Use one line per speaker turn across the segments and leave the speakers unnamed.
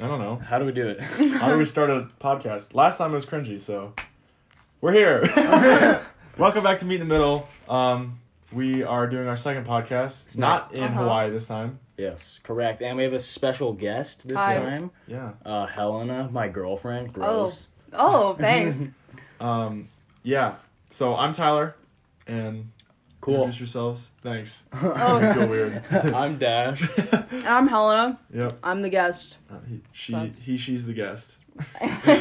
I don't know.
How do we do it?
How do we start a podcast? Last time it was cringy, so we're here. Welcome back to Meet in the Middle. Um, we are doing our second podcast.
It's
not
not-
in
Uh-huh.
Hawaii this time.
yes, correct. And we have a special guest this
Hi.
time.
Yeah.
Uh, Helena, my girlfriend. Gross.
Oh, thanks.
Um, yeah. So I'm Tyler, and
Cool.
introduce yourselves. Thanks. I
Oh,
feel weird.
I'm Dash.
I'm Helena.
Yep.
I'm the guest.
Uh, he, she,
Sounds-
he, she's the guest.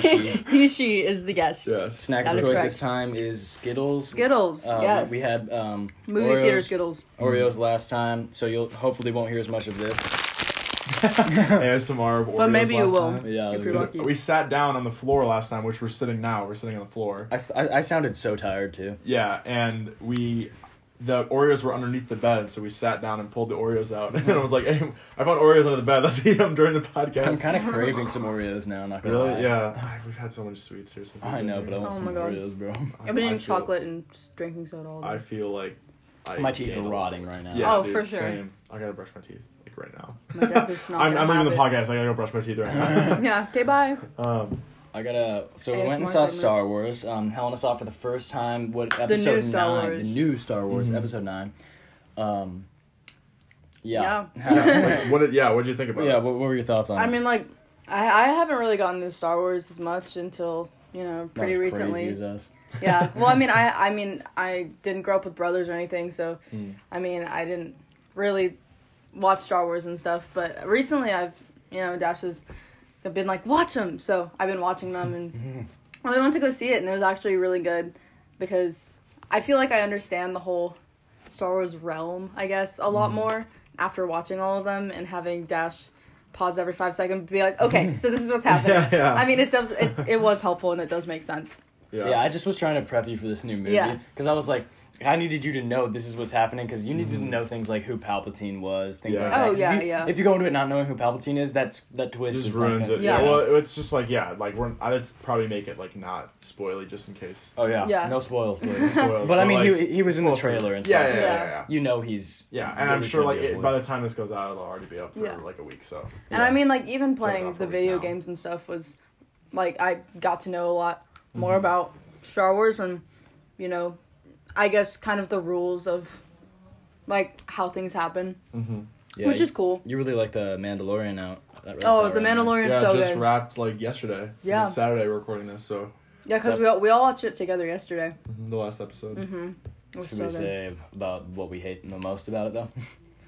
she.
he, she is the guest.
Yes.
Snack
That
of
is
choice
correct.
this time is Skittles.
Skittles.
Um,
yes.
We had um,
movie
Oreos,
theater Skittles.
Oreos last time, so you'll hopefully won't hear as much of this.
ASMR. of
But
Oreos
maybe you
last
will.
time.
Yeah,
If
it
you're
was-
lucky.
We sat down on the floor last time, which we're sitting now. We're sitting on the floor.
I, s- I- I sounded so tired too.
Yeah, and we, the Oreos were underneath the bed, so we sat down and pulled the Oreos out. And I was like, hey, I found Oreos under the bed. Let's eat them during the
I'm
podcast.
kind of craving some Oreos now. Not gonna lie.
really? Yeah. We've Oh, had so much sweets here since. we've
I
been
know,
here.
but I want
Oh
some
my God.
Oreos, bro.
I-
I've been
I
eating
feel-
chocolate and s- drinking soda all day.
I feel like I
My teeth are
gained a lot.
rotting right now.
Yeah,
Oh,
dude,
for sure.
Same. I gotta brush my teeth like right now.
My dad does not
I'm,
gonna
I'm leaving the
have
podcast. I gotta go brush my teeth right now.
yeah. Okay. Bye.
um,
I gotta. So we
ASMR
went and saw
segment.
Star Wars. Um, Helena saw for the first time what episode
new Star
nine,
Wars. Mm-hmm.
the new Star Wars
Mhm.
episode nine. Um, yeah.
Yeah.
wait, what? Did, yeah. What did you think about?
Yeah,
It?
What, what were your thoughts on?
I
it?
mean, like, I I haven't really gotten into Star Wars as much until you know
Not
pretty
as
recently.
Crazy as us.
yeah. Well, I mean, I I mean, I didn't grow up with brothers or anything, so
Mm.
I mean, I didn't really watch Star Wars and stuff. But recently, I've you know, Dash has been like watch them, so I've been watching them, and we went to go see it, and it was actually really good because I feel like I understand the whole Star Wars realm, I guess, a
Hmm.
lot more after watching all of them and having Dash pause every five seconds and be like, okay, so this is what's happening.
Yeah, yeah.
I mean, it does. It, it was helpful and it does make sense.
Yeah.
Yeah. I just was trying to prep you for this new movie
Yeah.
because I was like, I needed you to know this is what's happening because you needed to know things like who Palpatine was, things
Mm-hmm. Yeah.
like that.
Oh,
'Cause
yeah,
if you,
yeah.
If you go into it not knowing who Palpatine is, that's that twist
just
is not
ruins
gonna-
it. Yeah.
Yeah.
Well, it's just like yeah, like we're. I'd probably make it like not spoily just in case.
Oh yeah.
Yeah.
No spoils, please.
Spoils,
but I mean,
like-
he he was in the trailer and stuff.
yeah, yeah, yeah,
so
yeah,
Yeah.
yeah.
You know he's
Yeah, and I'm
really
sure like
trying to
it,
avoid-
by the time this goes out, it'll already be up for
Yeah.
like a week. So
And
Yeah.
I mean, like even playing
off
the
right
video
now.
games and stuff was, like, I got to know a lot
Mm-hmm.
more about Star Wars and, you know, I guess kind of the rules of, like, how things happen,
Yeah,
which
you-
is cool.
You really like the Mandalorian out. That red
oh,
side
The
right now.
Mandalorian's
yeah,
so
just
good.
wrapped like yesterday.
Yeah.
It's Saturday we're recording this, so
yeah, because we all, we all watched it together yesterday.
mhm, the last episode.
Mm-hmm. It was
Should
so
we
good.
say about what we hate the most about it though?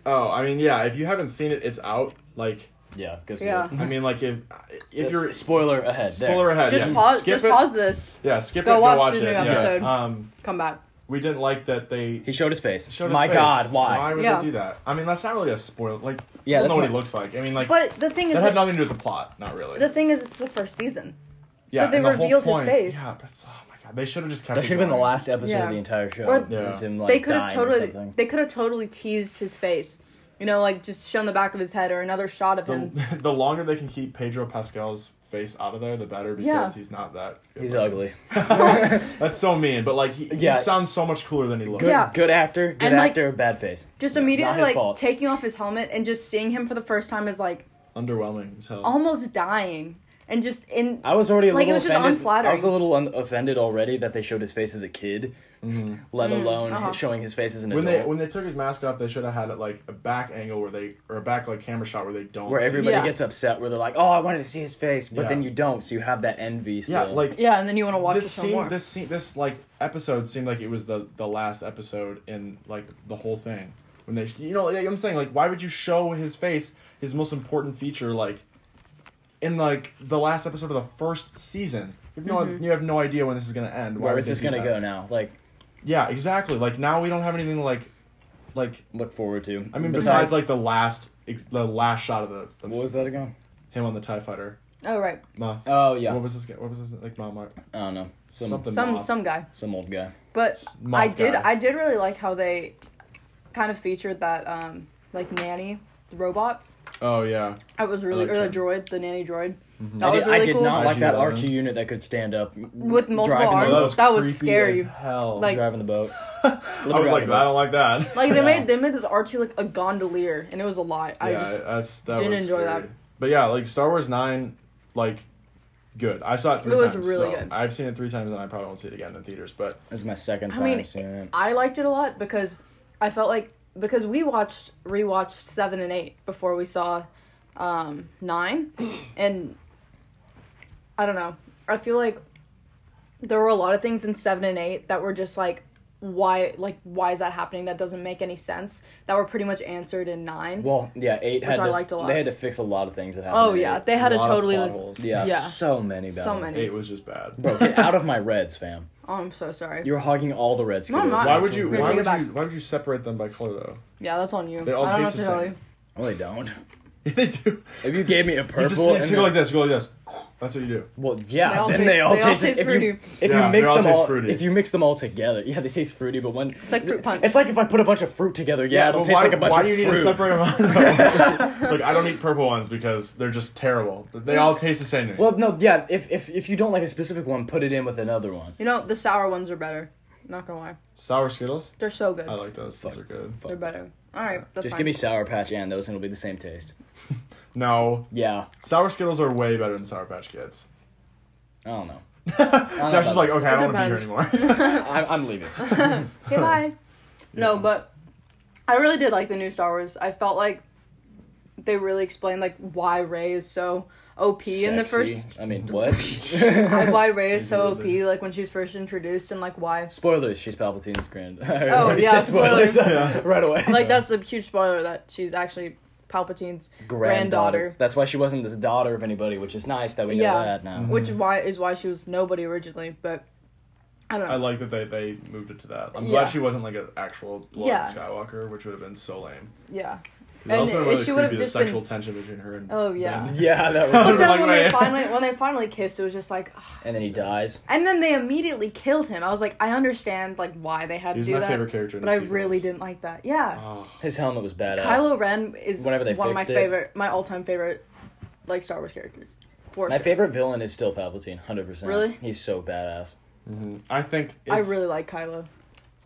Oh, I mean, yeah. If you haven't seen it, it's out. Like,
yeah. Go see
Yeah.
it.
I mean, like if if
Yes,
you're
spoiler ahead. there.
spoiler ahead,
Mm-hmm. Just
yeah.
pause.
Skip
just
it.
pause this.
Yeah, skip
Go
it.
watch
go watch
the
it.
new
yeah.
episode.
Um,
Come back.
we didn't like that they
He showed his face.
showed.
My
his face.
God, why?
Why would
Yeah.
they do that? I mean, that's not really a spoiler. Like,
Yeah,
yeah,
that's
know what
not-
he looks like. I mean, like
But the thing is,
that had
like,
nothing to do with the plot. Not really.
the thing is, it's the first season.
yeah,
so they
and the whole
revealed his
point-
face.
Yeah, but it's, oh my God, they should have just kept.
That
it
should have been the
going.
last episode
Yeah.
of the entire show.
Or-
Yeah.
Is him, like,
they could have
dying or
totally
something.
they could have totally teased his face you know like just shown the back of his head or another shot of him
the, the longer they can keep Pedro Pascal's face out of there, the better because
Yeah.
he's not that. good
He's
looking.
ugly.
That's so mean, but like he,
Yeah.
he sounds so much cooler than he looks.
Good,
Yeah.
good actor. Good
And, like-
actor. bad face.
just
Yeah, not
immediately
his
like
fault.
taking off his helmet and just seeing him for the first time is like
Underwhelming as hell.
almost dying and just in
I was already a
Like, it
little
was just
offended.
unflattering.
I was a little un- offended already that they showed his face as a kid, let alone
uh-huh.
showing his face as an
Mm-hmm. when they
adult.
when they took his mask off, they should have had it like a back angle where they or a back like camera shot where they don't.
where
see-
everybody
Yeah.
gets upset, where they're like, "Oh, I wanted to see his face," but
Yeah.
then you don't, so you have that envy.
Yeah,
still.
like
yeah and then you want to watch it
this
some
scene,
more
this scene, this like episode seemed like it was the the last episode in like the whole thing. When they, you know, like, I'm saying like, why would you show his face, his most important feature, like in like the last episode of the first season? You have no,
Mm-hmm.
you have no idea when this is gonna end. Why
where
would
is
they
this
do
gonna
that?
go now? Like,
Yeah, exactly. Like now we don't have anything to, like, like
look forward to.
I mean, besides, like the last, ex- the last shot of the, the
what was that again?
him on the Tie Fighter.
oh right
Moth.
Oh yeah,
What was this? guy- What was this? Like Mom, Moth
I don't know. Some,
Something.
some
moth.
some guy
some old guy.
but
Moth
i did
guy.
i did really like how they kind of featured that um like nanny the robot
Oh yeah.
i was really
liked
or the
him.
droid the nanny droid that
I did,
was really
Mm-hmm. I did
cool
not like
IG
that
Eleven.
R2 unit that could stand up
with multiple
Driving
arms
the-
that was
creepy
scary
as hell.
Like-
driving the boat.
I was like, I don't like that.
Like they
Yeah.
made they made this R two like a gondolier, and it was a lot. I
yeah,
just
that's that
didn't
was
enjoy
scary.
that.
But yeah, like Star Wars nine, like good. I saw it three
It was
times.
really
so
good.
I've seen it three times and I probably won't see it again in theaters. But
This is my second
I
time
mean,
seeing it.
I liked it a lot because I felt like because we watched rewatched seven and eight before we saw um, nine, and I don't know. I feel like there were a lot of things in seven and eight that were just like why like why is that happening that doesn't make any sense that were pretty much answered in nine.
Well, yeah, eight
Which
had
I
to,
liked a lot.
They had to fix a lot of things that happened.
oh
in
yeah,
eight.
they had a
lot of
totally
plot
oh
holes.
yeah,
yeah.
so many.
So
battles.
many.
Eight was just bad.
Bro, get out of my Reds, fam.
oh, I'm so sorry.
You were hogging all the Reds.
No, I'm
kiddos.
not.
Why
That's
would you?
what-
Here,
Why
take it
would
back.
you? Why would you separate them by color though?
Yeah, that's on you. I
They all
don't know what
taste
to
the
tell
same.
you.
Well, they don't.
they do.
If you gave me a
You just,
purple,
you
and
just go like this. Go like this. That's what you do.
Well, yeah.
They all
then
taste-
they all
they all
taste,
taste
if you
fruity.
if
Yeah,
you mix
they all
them
taste
all
fruity.
if you mix them all together, yeah, they taste fruity. But when it's
like fruit punch.
it's like if I put a bunch of fruit together, yeah, it'll
but
taste
why,
like a bunch
why
of
do you
fruit.
need to separate them out? though? like I don't eat purple ones because they're just terrible. They all taste the same to me.
well, no, yeah. If, if if you don't like a specific one, put it in with another one.
You know the sour ones are better. Not gonna lie,
Sour Skittles.
they're so good.
I like those. Those are good.
They're better. All right, that's
Just
fine.
give me Sour Patch and those, and it'll be the same taste.
No,
Yeah,
sour Skittles are way better than Sour Patch Kids.
I don't know.
Josh is like, okay, I don't want to be here anymore.
I, I'm leaving.
Okay, bye. No, but I really did like the new Star Wars. I felt like they really explained like why Ray is so OP in the
Sexy.
first.
I mean, what?
like, why Ray is so OP,
Really?
like when she's first introduced, and like why.
spoilers. She's Palpatine's grand.
Oh, yeah,
spoilers. Yeah.
right away.
Like that's a huge spoiler that she's actually Palpatine's, granddaughter.
That's why she wasn't the daughter of anybody, which is nice that we know
Yeah.
that now.
Mm-hmm.
which why is why she was nobody originally. But I don't know.
I like that they, they moved it to that. I'm
Yeah.
glad she wasn't like an actual blood
Yeah.
Skywalker, which would have been so lame.
yeah.
It would
And
also
if
really
she would've
creepy, the
just
sexual
been-
tension between her and
Oh, yeah.
Ben.
Yeah, that was.
But then
Like,
when
wait.
they finally when they finally kissed, it was just like, ugh.
and then he dies.
and then they immediately killed him. I was like, I understand like why they had to
He's
do
my
that.
favorite character. In
But
the
I
sequels.
really didn't like that. Yeah.
Oh,
His helmet was badass.
Kylo Ren is
Whenever they
one of my
fixed it.
favorite, my all time favorite, like Star Wars characters. For
My
sure.
favorite villain is still Palpatine, hundred percent.
Really?
He's so badass.
mhm. I think it's,
I really like Kylo.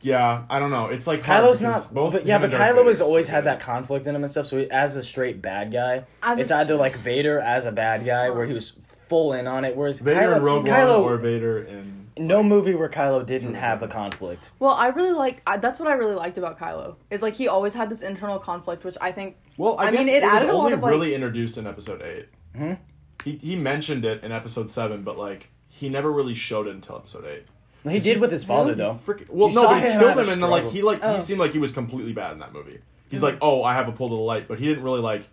Yeah, I don't know. It's like hard
Kylo's
because
not,
both.
but yeah,
him and
but
Darth
Kylo has
Vader are
always
so
had
good.
that conflict in him and stuff. So he, as a straight bad guy,
As a
it's
s-
either like Vader as a bad guy, where he was full in on it. Whereas
Vader
Kylo,
and Rogue
Kylo,
One or Vader and
no movie where Kylo didn't have a conflict.
Well, I really like. I, that's what I really liked about Kylo. Is like he always had this internal conflict, which I think.
well, I,
I mean,
guess
it
was
added a lot
only
of, like-
really introduced in Episode Eight.
Hmm?
He he mentioned it in Episode Seven, but like he never really showed it until Episode Eight.
He did with his father though.
Frickin- well,
You
no,
saw
they
him
killed
have a
him, and then like
struggle.
he like
Oh.
he seemed like he was completely bad in that movie. He's like, oh, I have a pull to the light, but he didn't really like.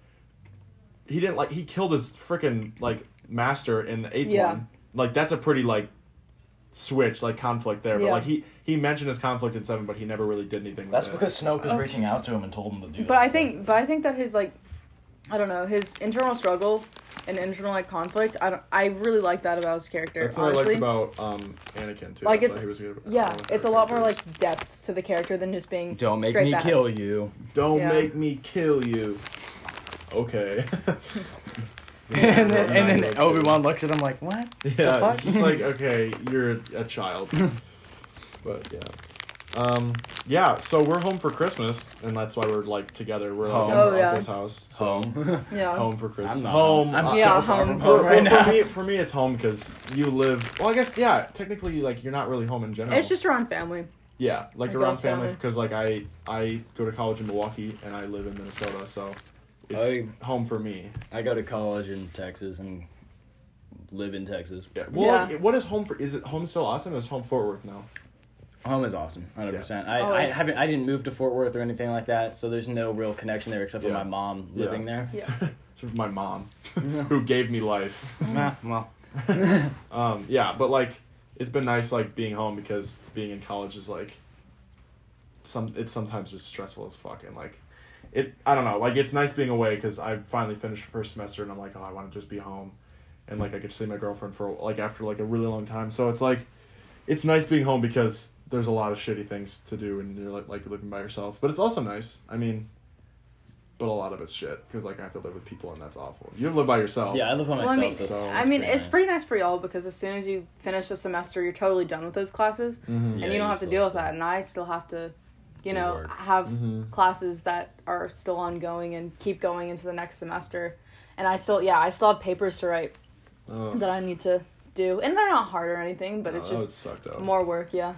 He didn't like. He killed his freaking like master in the eighth
Yeah.
one. Like that's a pretty like switch like conflict there. But
Yeah.
like he he mentioned his conflict in seven, but he never really did anything.
That's
with it.
because Snoke was
Oh.
reaching out to him and told him to do.
But
that,
I
so.
think, but I think that his like, I don't know, his internal struggle and internal like conflict. I don't. I really like that about his character.
that's what
honestly.
I liked about um Anakin too.
Like,
That's
it's-
why he was good.
yeah,
with
it's a
her
lot more
characters.
like depth to the character than just being.
don't make
straight
me
bad.
kill you.
don't
Yeah.
make me kill you. Okay.
and then, and then Obi Wan looks at him like, "What? the
Yeah,
fuck?
it's just like okay, you're a child. but yeah, um, yeah. So we're home for Christmas, and that's why we're like together. We're like
Home.
at our
Oh, yeah.
uncle's house. So
home.
Yeah.
home for Christmas.
I'm not
home.
I'm
uh,
so
Yeah,
far from
home.
home
For,
right
well, for
now.
me, for me, it's home because you live. Well, I guess yeah. Technically, like you're not really home in general.
It's just around family.
yeah, like
Like
around
us
family
family.
because like I I go to college in Milwaukee and I live in Minnesota, so it's
I-
home for me.
I go to college in Texas and live in Texas.
Yeah. Well,
Yeah.
like, what is home for? Is it home still awesome? Is home Fort Worth now?
Home is Austin, hundred percent. I,
Oh,
I
yeah.
haven't, I didn't move to Fort Worth or anything like that, so there's no real connection there except for
Yeah.
my mom
Yeah.
living there.
Yeah.
It's my mom, who gave me life.
Nah, well,
Um, yeah, but like it's been nice like being home because being in college is like some it's sometimes just stressful as fuck and like it I don't know like it's nice being away because I finally finished first semester and I'm like oh I want to just be home and like I could see my girlfriend for like after like a really long time so it's like it's nice being home because there's a lot of shitty things to do and you're like like living by yourself but it's also nice I mean but a lot of it's shit because like I have to live with people and that's awful you live by yourself
yeah, I live by
Well,
myself.
I mean,
so it's,
So-
I mean, it's
nice.
pretty nice for y'all because as soon as you finish a semester, you're totally done with those classes,
Mhm.
Yeah,
and you don't
you
have to
still
deal
have
with
to
that. And I still have to, you
do
know,
work. Mm-hmm.
have
Mhm.
classes that are still ongoing and keep going into the next semester. and I still yeah I still have papers to write
Oh,
that I need to do, and they're not hard or anything, but
no,
it's
that would
just
suck though.
more work. Yeah,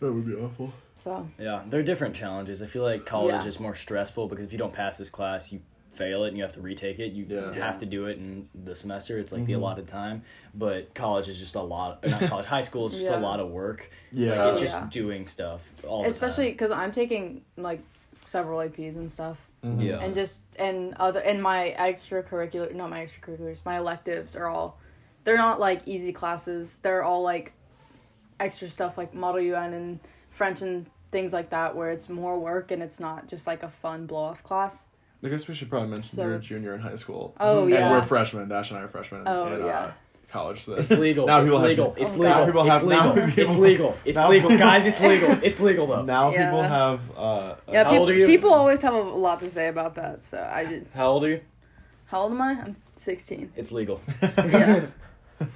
That would be awful.
so
Yeah, there are different challenges. I feel like college
Yeah.
is more stressful because if you don't pass this class, you fail it and you have to retake it. You
Yeah.
have to do it in the semester. It's like the
Mhm.
allotted time. But college is just a lot. Not college, high school is just
Yeah.
a lot of work.
Yeah.
like it's just
Yeah.
doing stuff all
especially
the
because I'm taking like several APs and stuff,
time.
Mhm.
Yeah.
and just and other and my extracurricular not my extracurriculars my electives are all they're not like easy classes. They're all like extra stuff like Model UN and French and things like that where it's more work and it's not just like a fun blow off class.
I guess we should probably mention
So
you're a
it's-
junior in high school.
Mm-hmm.
Oh,
and
yeah.
we're freshmen. Dash and I are freshmen
Oh,
in
yeah.
uh, college. So
It's legal.
Now
it's
people have-
legal. It's
Oh,
legal.
God.
People have-
it's legal.
now
It's
people-
legal. It's
now-
legal. Guys, it's legal. It's legal though.
Now
Yeah.
people have. Uh,
Yeah,
How
peop-
old are you?
people always have a lot to say about that. So I just
How old are you?
How old am I? I'm 16.
It's legal.
Yeah.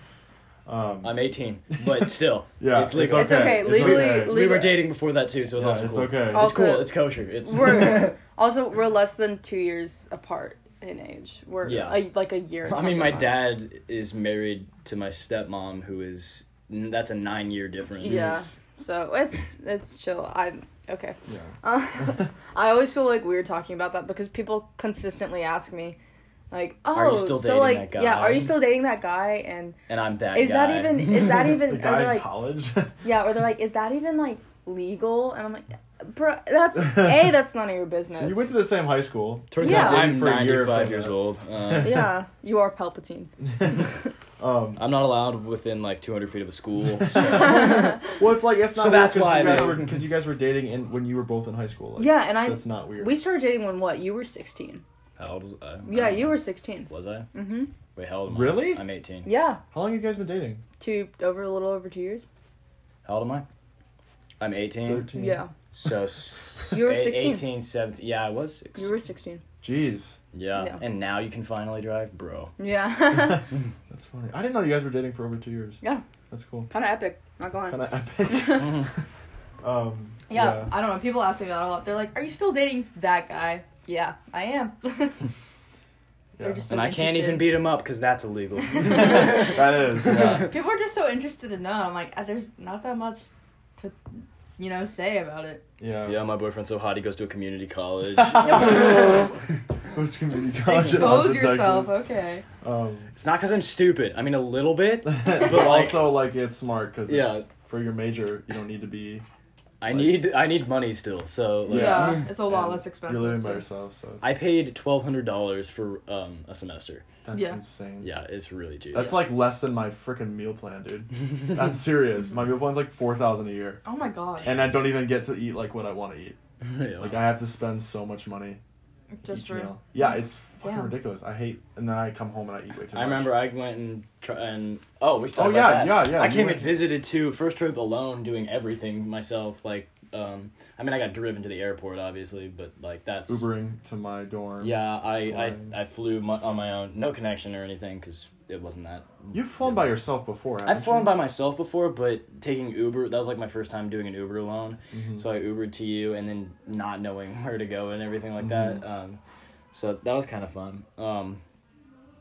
um,
I'm 18, but still,
yeah,
it's legal.
It's okay, legally- le-
we were
legal.
dating before that too, so it's
Yeah,
also
it's
cool.
okay.
It's
Also-
cool. It's kosher. It's
We're- Also, we're less than two years apart in age. We're
Yeah.
a, like a year. and
I mean,
something
my
less.
dad is married to my stepmom, who is n- that's a nine year difference.
Yeah. So it's it's chill. I'm okay.
Yeah.
Uh, I always feel like weird talking about that because people consistently ask me, like, oh,
Are you still
so
dating
like,
that guy?
yeah, are you still dating that guy? And
and I'm that.
is
guy.
that even is that
the
even are
guy
they
in
like
college.
yeah? Or they're like, is that even like legal? And I'm like, bro, that's a that's none of your business.
you went to the same high school.
Turns
Yeah.
out I'm
For a year
95
from
years
now.
old. Um,
yeah, you are Palpatine.
um,
I'm not allowed within like 200 feet of a school. So.
yeah,
well, it's like it's not
So that's
weird 'cause
why
you guys
they-
were because you guys were dating in when you were both in high school. Like,
and
so
I
it's not weird.
we started dating when what? You were sixteen.
how old was I?
Yeah,
Um,
you were sixteen.
Was I?
Mm-hmm.
Wait, how old am I?
Really?
I'm 18.
Yeah,
How long have you guys been dating?
two over a little over two years.
How old am I? I'm 18.
Thirteen.
Yeah,
So s-
You were
eight-
16.
18, 17. Yeah, I was. Six.
you were sixteen.
Jeez,
yeah.
Yeah.
and now you can finally drive, bro.
Yeah, kind
that's funny. I didn't know you guys were dating for over two years.
Yeah.
That's cool.
of epic. Not going.
Kind
Yeah, Mm-hmm.
of epic.
Mhm.
um,
I don't know. People ask me that a lot. They're like, "Are you still dating that guy?" Yeah, I am. They're
yeah.
just so
and I can't even
interested.
beat him up because that's illegal.
that is. Yeah.
People are just so interested to know. I'm like, "Ah, there's not that much to, you know, say about it.
Yeah.
Yeah, my boyfriend's so hot he goes to a community college.
What's community college in
Expose
Austin,
yourself,
Texas.
okay?
Um,
it's not because I'm stupid. I mean, a little bit.
but
like-
also like it's smart because
Yeah.
for your major you don't need to be.
I
Like-
need I need money still. So like,
Yeah, it's a lot
and
less expensive.
You're living by
too.
yourself, so it's,
I paid twelve hundred dollars for um a semester.
that's
Yeah.
insane.
Yeah, it's really cheap.
That's
Yeah.
like less than my freaking meal plan, dude. I'm serious. My meal plan's like four thousand a year,
Oh my god.
and I don't even get to eat like what I want to eat.
Yeah.
Like I have to spend so much money
Just
each
for
meal. Yeah, it's fucking
Damn.
ridiculous. I hate, and then I come home and I eat way too much.
I remember I went and tr and oh we should talk
Oh, yeah,
about that.
yeah, yeah,
I
you
came
went-
and visited too. First trip alone, doing everything myself. Like um, I mean I got driven to the airport obviously, but like that's
Ubering to my dorm.
Yeah, I
Flying.
I, I flew my, on my own, no connection or anything, because it wasn't that.
You've flown by yourself before. Haven't
I've flown
you?
by myself before, but taking Uber that was like my first time doing an Uber alone.
Mhm.
So I Ubered to you, and then not knowing where to go and everything like that.
Mm-hmm.
Um, so that was kind of fun. Um,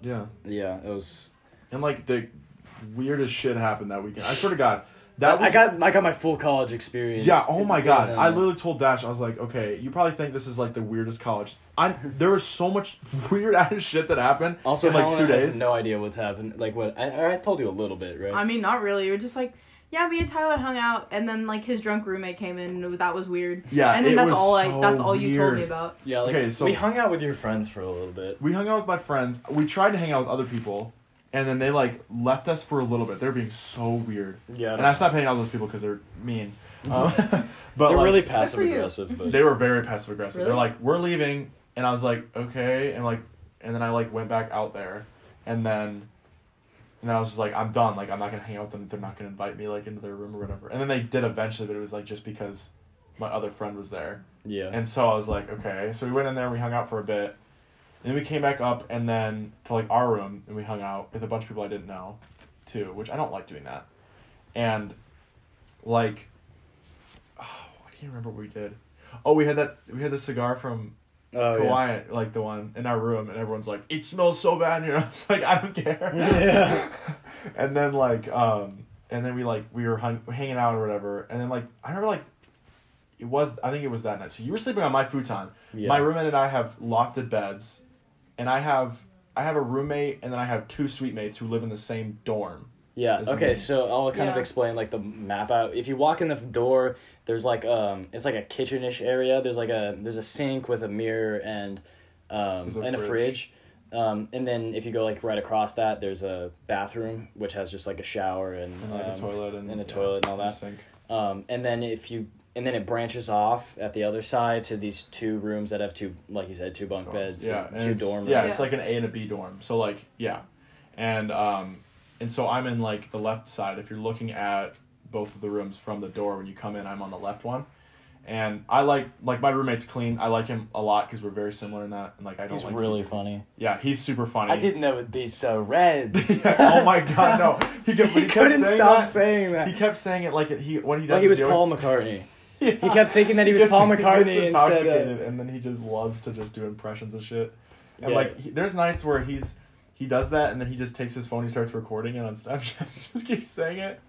Yeah.
yeah, it was.
And like the weirdest shit happened that weekend. I swear to God, that was.
I got I got my full college experience.
yeah. Oh my God.
And, uh,
I literally told Dash, I was like, okay, you probably think this is like the weirdest college. I there was so much weird ass shit that happened.
Also,
in like two
Helena has
days.
no idea what's happened. Like what I I told you a little bit, right?
I mean, not really. We were just like, yeah, me and Tyler hung out, and then like his drunk roommate came in. and That was weird.
Yeah,
and then
it
that's
was
all
so
I. That's all you told me
weird.
about.
yeah. Like,
okay, so-
we hung out with your friends for a little bit.
we hung out with my friends. We tried to hang out with other people, and then they like left us for a little bit. They're being so weird,
Yeah,
and I stopped hanging out with those people because they're mean. Um, but
they're
like,
really passive
for you.
aggressive. But
they were very passive aggressive. They're
Really?
like, "We're leaving," and I was like, "Okay," and like, and then I like went back out there, and then, and I was just like, "I'm done. Like, I'm not gonna hang out with them. They're not gonna invite me like into their room or whatever." And then they did eventually, but it was like just because my other friend was there.
yeah.
And so I was like, okay. So we went in there and we hung out for a bit. And then we came back up and then to like our room and we hung out with a bunch of people I didn't know too, which I don't like doing that. And like oh, I can't remember what we did. Oh, we had that we had the cigar from
Oh, yeah.
Hawaiian, like the one in our room, and everyone's like, "It smells so bad in here." I was like, "I don't care."
Yeah.
and then like, um, and then we like we were hung- hanging out or whatever, and then like I remember like, it was I think it was that night. So you were sleeping on my futon.
Yeah.
My roommate and I have lofted beds, and I have I have a roommate, and then I have two suite mates who live in the same dorm.
Yeah.
Isn't
Okay.
it?
So I'll kind of
Yeah.
explain like the map out. If you walk in the door, there's like um, it's like a kitchenish area. There's like a there's a sink with a mirror and um
There's a
and a
fridge.
fridge. Um, and then if you go like right across that, there's a bathroom which has just like a shower and,
And like
um,
a toilet and,
and a
yeah,
toilet and all
a
that.
sink.
Um, and then if you and then it branches off at the other side to these two rooms that have two like you said two bunk beds,
Yeah,
and
and
two
it's-
dorm rooms.
Yeah, it's
Yeah.
like an A and a B dorm. So like yeah, and um, and so I'm in like the left side. If you're looking at both of the rooms from the door when you come in, I'm on the left one. And I like like my roommate's clean. I like him a lot because we're very similar in that. And like I don't.
He's
like
really funny.
Yeah, he's super funny.
I didn't know it'd be so red.
oh my god, no! He, kept,
He
he kept
couldn't
saying
stop
that.
saying that.
He kept saying it like it, he what he does.
Like he
is
was
he always-
Paul McCartney.
Yeah.
He kept thinking that he was
gets-
Paul
gets
McCartney and said, uh,
intoxicated, and then he just loves to just do impressions of shit. And
Yeah.
like, he, there's nights where he's he does that, and then he just takes his phone, he starts recording it on Snapchat, just keeps saying it.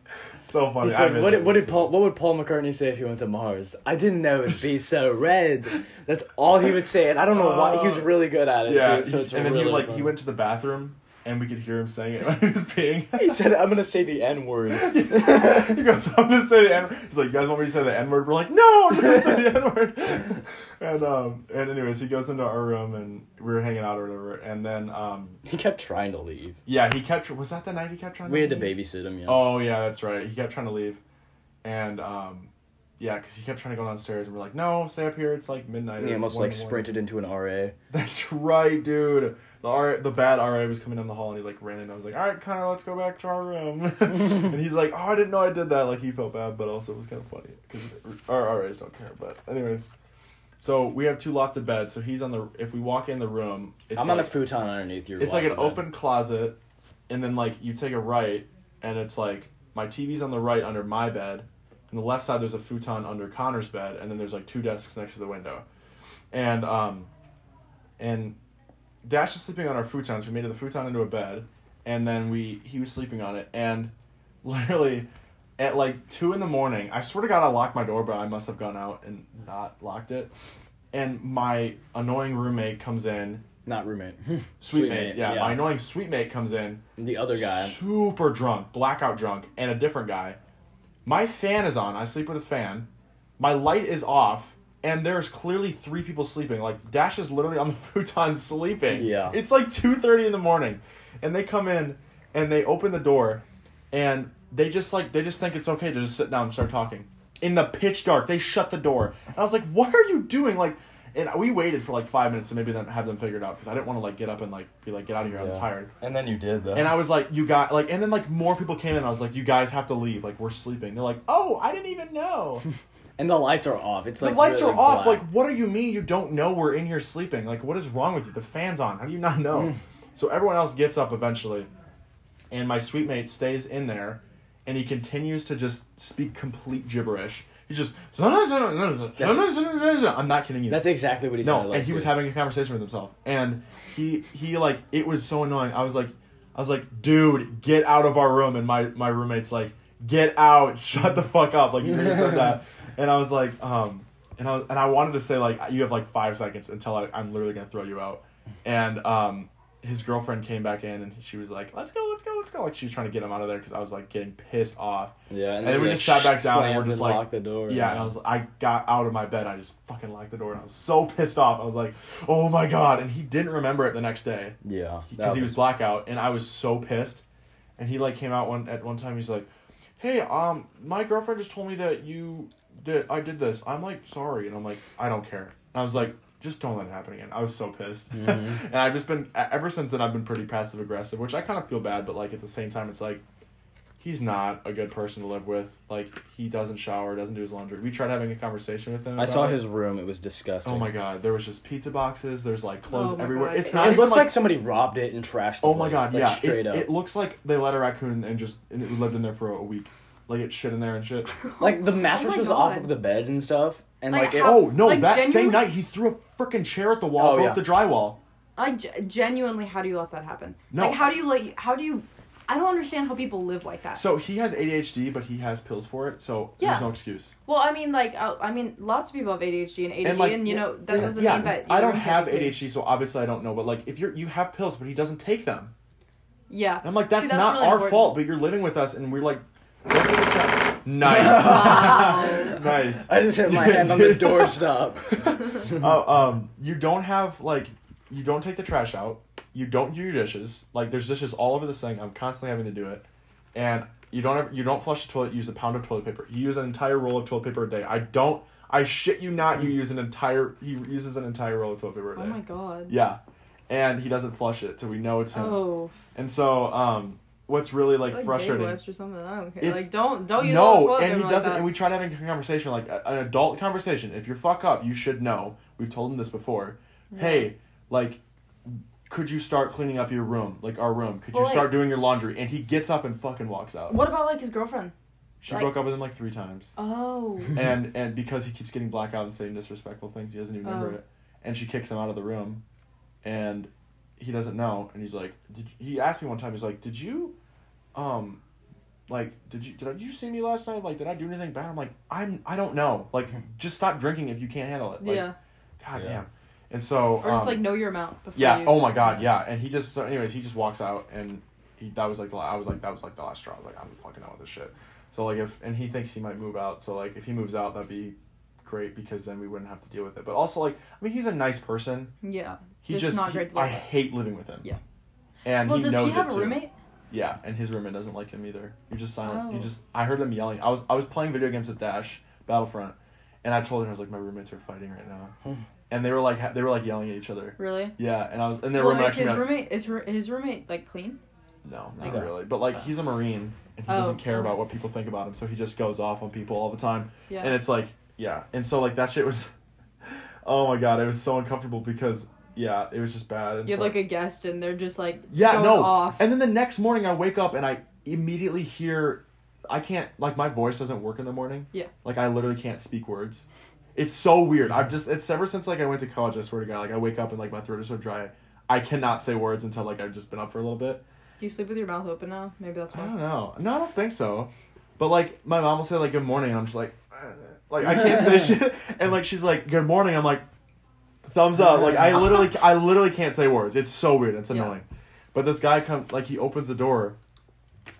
So funny.
He
I
said,
miss
what,
it
did-
when
what did
he
Paul?
said
What would Paul McCartney say if he went to Mars? I didn't know it'd be so red. That's all he would say, and I don't know why. He was
Oh.
really good at
it.
it.
Yeah.
too, so it's
and then
really
he like
funny.
he went to the bathroom, and we could hear him saying it when he was peeing.
He said, "I'm gonna say the N word."
he goes, I'm gonna say the N. He's like, you guys want me to say the N word? We're like, no, I'm not gonna say the N word. and um, and anyways, he goes into our room, and we were hanging out or whatever, and then um,
He kept trying to leave.
yeah, he kept. Was that the night he kept trying?
We had to
leave?
babysit him. Yeah.
Oh yeah, that's right. He kept trying to leave, and um, yeah, because he kept trying to go downstairs, and we're like, no, stay up here. It's like midnight. or
He almost
one
like
in the morning."
sprinted into an RA.
That's right, dude. The R, the bad RA was coming down the hall, and he like ran in. I was like, all right, Connor, let's go back to our room. and he's like, oh, I didn't know I did that. Like he felt bad, but also it was kind of funny because our RAs don't care. But anyways. So we have two lofted beds. So he's on the. If we walk in the room, it's
I'm on
like-
a futon underneath your.
it's like an
loft bed.
open closet, and then like you take a right, and it's like my TV's on the right under my bed, and the left side there's a futon under Connor's bed, and then there's like two desks next to the window, and um, and Dash is sleeping on our futons. We made the futon into a bed, and then we he was sleeping on it, and literally. At like two in the morning, I swear to God, I locked my door, but I must have gone out and not locked it. And my annoying roommate comes in
Not roommate.
Sweet, mate, yeah, My annoying sweet mate comes in,
the other guy.
super drunk, blackout drunk, and a different guy. My fan is on. I sleep with a fan. My light is off, and there's clearly three people sleeping. Like Dash is literally on the futon sleeping.
Yeah.
It's like two thirty in the morning, and they come in, and they open the door, and they just like they just think it's okay to just sit down and start talking in the pitch dark. They shut the door, and I was like, "What are you doing?" Like. And we waited for like five minutes to maybe then have them figured out because I didn't want to like get up and like be like get out of here
Yeah.
I'm tired.
And then you did though.
And I was like, you guys, like, and then like more people came in. I was like, you guys have to leave. Like, we're sleeping. They're like, oh, I didn't even know.
And the lights are off. It's
the
like
lights
really
are off.
black.
Like, what do you mean you don't know we're in here sleeping? Like, what is wrong with you? The fan's on. How do you not
Mm.
know? so everyone else gets up eventually, and my sweet mate stays in there, and he continues to just speak complete gibberish. He's just, I'm not kidding you
That's exactly what he
no,
sounded like.
and he was
too.
having a conversation with himself, and he he like it was so annoying. I was like, I was like, dude, get out of our room, and my my roommate's like, get out, shut the fuck up, like you really said that, and I was like, um, and I and I wanted to say like you have like five seconds until I, I'm literally gonna throw you out, and um. His girlfriend came back in and she was like, "Let's go, let's go, let's go!" Like she was trying to get him out of there because I was like getting pissed off.
Yeah,
And then we
like,
just sat back down and
slammed
we're just like,
locked the door.
yeah, and I was I got out of my bed. I just fucking locked the door, and I was so pissed off. I was like, "Oh my god!" And he didn't remember it the next day
yeah,
because he was blackout, and I was so pissed. And he like came out one at one time. He's like, "Hey, um, my girlfriend just told me that you that I did this. I'm like sorry," and I'm like, "I don't care." And I was like, "Just don't let it happen again." I was so pissed,
Mm-hmm.
and I've just been e- ever since then. I've been pretty passive aggressive, which I kind of feel bad, but like at the same time, it's like. He's not a good person to live with. Like he doesn't shower, doesn't do his laundry. We tried having a conversation with him.
I
about
saw
it.
his room. It was disgusting.
Oh my god! There was just pizza boxes. There's like clothes
Oh my
everywhere.
God.
It's
It
not.
It
even,
looks
like
like somebody robbed it and trashed. The
Oh my
place,
god,
like,
yeah.
straight
it's,
up.
It looks like they let a raccoon and just and it Oh lived in there for a week. Like it shit in there and shit.
like the mattress
my
was off
God.
of the bed and stuff. and
Like,
like, it,
how-
Oh no!
Like,
that same
genuinely-
night, he threw a freaking chair at the wall,
Oh,
broke
yeah.
the drywall.
I ge- genuinely, how do you let that happen?
No.
Like, how do you let? How do you? I don't understand how people live like that.
So he has ADHD, but he has pills for it, so
Yeah.
there's no excuse.
well, I mean, like, I, I mean, lots of people have ADHD and ADD, and,
like,
you know that
yeah,
doesn't
yeah,
mean that.
I
you
don't have
technically-
ADHD, so obviously I don't know. But like, if you're you have pills, but he doesn't take them,
Yeah.
and I'm like, that's,
See,
not
really
our
important.
fault. But you're living with us, and we're like, let's take a shot. nice, nice.
I just hit my hand on the doorstop.
Oh, um, you don't have like, you don't take the trash out. You don't do your dishes. Like, there's dishes all over this thing. I'm constantly having to do it, and you don't have, you don't flush the toilet. You use a pound of toilet paper. You use an entire roll of toilet paper a day. I don't. I shit you not. You use an entire. He uses an entire roll of toilet paper a day.
Oh my god.
Yeah. And he doesn't flush it, so we know it's him.
Oh,
And so, um, what's really like,
like frustrating.
frustrating?
wipes or something. I don't care.
It's-
like, don't don't use all the
no,
toilet
and
paper
he
like
doesn't.
that.
and we tried having a conversation, like a, an adult conversation. If you're fuck up, you should know. We've told him this before. Hey, like, could you start cleaning up your room, like our room? Could
Well,
you
like-
start doing your laundry? And he gets up and fucking walks out.
What about like his girlfriend?
She
like-
broke up with him like three times,
Oh.
and and because he keeps getting blackout and saying disrespectful things, he doesn't even remember
Oh.
it. And she kicks him out of the room, and he doesn't know. And he's like, did, he asked me one time. He's like, did you, um, like, did you did, I- did you see me last night? Like, did I do anything bad? I'm like, I'm I don't know. Like, just stop drinking if you can't handle it. Like,
yeah.
God
Yeah.
damn. And so.
Or just
um,
like know your amount. Before
yeah.
You...
Oh my God. Yeah. And he just. So, anyways, he just walks out, and he that was like the. la- I was like that was like the last straw. I was like I'm fucking out with this shit. So like if and he thinks he might move out. So like if he moves out, that'd be great because then we wouldn't have to deal with it. But also like I mean he's a nice person.
Yeah.
He
Just
just,
not
he-
great to
I
live with.
hate living with him.
Yeah.
And
well,
he
does
knows
he have
it
a
too.
roommate?
Yeah, and his roommate doesn't like him either. You're just silent. He
Oh.
just I heard them yelling. I was I was playing video games with Dash Battlefront, and I told him I was like my roommates are fighting right
Hmm.
now, and they were like ha- they were like yelling at each other.
Really?
Yeah, and I was and their
well,
roommate
is
actually
his
got-
roommate is her- his roommate like clean?
No,
Like
not
that.
really. But like he's a marine and he
Oh.
doesn't care about what people think about him, so he just goes off on people all the time.
Yeah.
And it's like, yeah. And so like that shit was Oh my god, it was so uncomfortable because yeah, it was just bad. And
you have
so-
like a guest and they're just like
Yeah,
going
no.
off.
And then the next morning I wake up and I immediately hear I can't like my voice doesn't work in the morning.
Yeah.
Like I literally can't speak words. It's so weird. I've just it's ever since like I went to college, I swear to god, like I wake up and like my throat is so dry. I cannot say words until like I've just been up for a little bit.
Do you sleep with your mouth open now? Maybe that's
I
why.
don't know. No, I don't think so. But like my mom will say like good morning, and I'm just like, "Uh," like I can't say shit. And like she's like good morning, I'm like, thumbs up. Like I literally, I literally can't say words. It's so weird. It's
Yeah.
annoying. But this guy come like he opens the door, and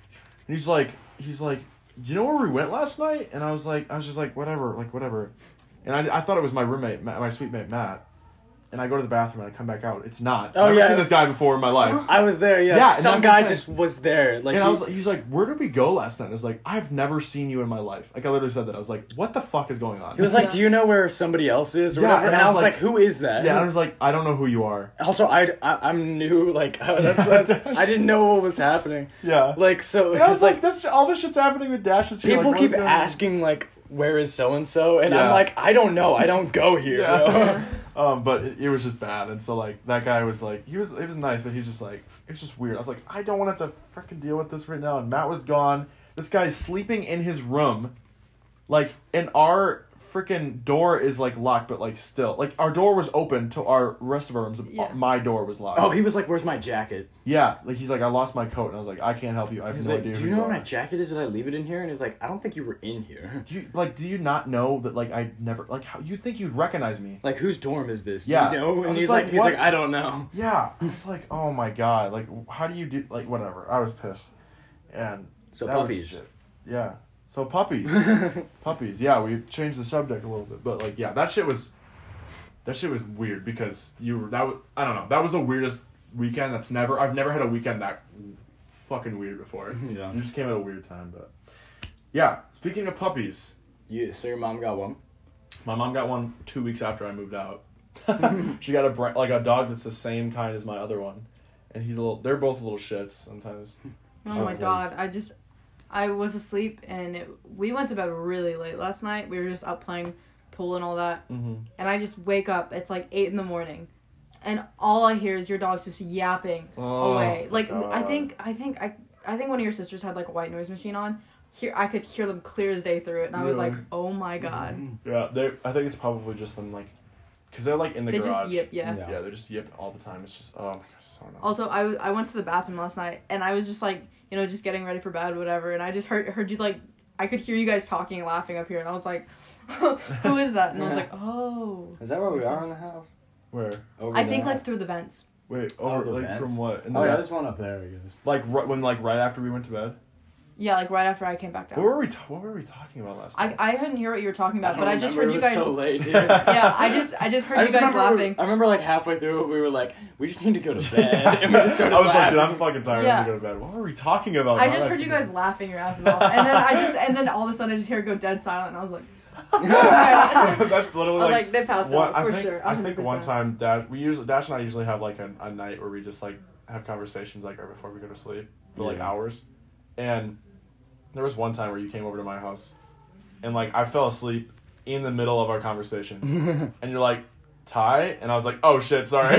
he's like, he's like, you know where we went last night? And I was like, I was just like whatever, like whatever. And I, I thought it was my roommate, my, my sweet mate Matt. And I go to the bathroom and I come back out. It's not.
Oh,
I've never
yeah.
seen this guy before in my life.
I was there. Yeah.
Yeah, and that's
Some
what I'm
guy
saying.
just was there. Like,
and I
he-
was, he's like, "Where did we go last night?" And I was like, "I've never seen you in my life." Like I literally said that. I was like, "What the fuck is going on?"
He was like,
Yeah.
"Do you know where somebody else is?" Or
Yeah,
whatever.
and
And, I was like, "Who is that?"
yeah, and I was like, "I don't know who you are."
also, I, I am new. Like, I- that's, that's, I didn't know what was happening.
Yeah,
Like, so
and I
because
was like,
like,
"This all this shit's happening with dashes." here.
people
like, what
keep
is going on?
asking like, "Where is so and so?" And I'm
Yeah.
like, "I don't know. I don't go here."
Yeah. um, but it, it was just bad, and so like that guy was like, he was it was nice, but he was just like, it was just weird. I was like, I don't want to have to freaking deal with this right now. And Matt was gone. This guy's sleeping in his room, like, and our freaking door is like locked, but like still, like our door was open to our rest of our rooms. but
Yeah.
My door was locked.
Oh, he was like, "Where's my jacket?"
yeah, like he's like, I lost my coat, and I was like, I can't help you. I have
He's
no
like,
idea.
"Do
who
you know where
are."
my jacket is? Did I leave it in here?" And he's like, "I don't think you were in here."
Do you like? Do you not know that? Like, I never like. How you think you'd recognize me?
Like, whose dorm is this? Do
Yeah.
you know?
I
And
was
he's
like,
like, he's
"What?"
like, "I don't know."
Yeah, it's like, oh my god, like how do you do like whatever? I was pissed, and
So
that was
puppies.
shit. yeah. So puppies, puppies. Yeah, we changed the subject a little bit, but like, yeah, that shit was, that shit was weird because you were that was I don't know that was the weirdest weekend. That's never I've never had a weekend that fucking weird before.
Yeah.
you just came at a weird time, but yeah. Speaking of puppies,
You, so your mom got one.
my mom got one two weeks after I moved out. she got a bra- like a dog that's the same kind as my other one, and he's a little. They're both little shits sometimes.
Oh my
Sometimes.
god, I just I was asleep and it, we went to bed really late last night. We were just up playing pool and all that,
Mm-hmm.
and I just wake up. It's like eight in the morning, and all I hear is your dog's just
Oh
Oh
yapping away. Like I think I think I I think one of your sisters had like a white noise machine on. hear I could hear them clear as day through it, and I was
Really? Mm-hmm.
like, oh my god,
Yeah, they. I think it's probably just them like, cause they're like in the
they
garage.
just yip, yeah.
Yeah. they're just yip all the time. It's just oh my god, it's so annoying.
Also, I, I went to the bathroom last night, and I was just like, you know, just getting ready for bed, whatever, and I just heard heard you like, I could hear you guys talking and laughing up here, and I was like, who is that? And I was like, oh,
Is that where we
Makes
are
sense.
in the house?
Where?
Over
I think
there?
like through the vents.
Wait,
Oh,
over
the
like
vents.
from what? In the
Oh yeah,
back-
there's one up there. It is.
Like right when like right after we went to bed.
Yeah, like right after I came back
What
down.
were we? ta- what were we talking about last
I
night?
I couldn't hear what you were talking about,
don't
but I just
remember,
heard
it
you guys.
was So late, dude.
yeah, I just I just heard
I
you
just
guys
remember-
laughing.
I remember like halfway through we were like, we just need to go to bed, and we just started
I was like,
laughing.
dude, I'm fucking tired.
Yeah.
I'm gonna go to bed. What were we talking about?
I
Why
just
did
heard you
think
guys
of-
laughing your asses off, and then I just and then all of a sudden I just hear it go dead silent, and I was like,
That's
I
literally
was like,
like.
they passed
What,
out
I
for
think,
sure.
I think one
100%.
time Dash we usually Dash and I usually have like a, a night where we just like have conversations like right before we go to sleep for like
Yeah.
hours, and there was one time where you came over to my house, and like I fell asleep in the middle of our conversation, and you're like Ty, and I was like oh shit sorry.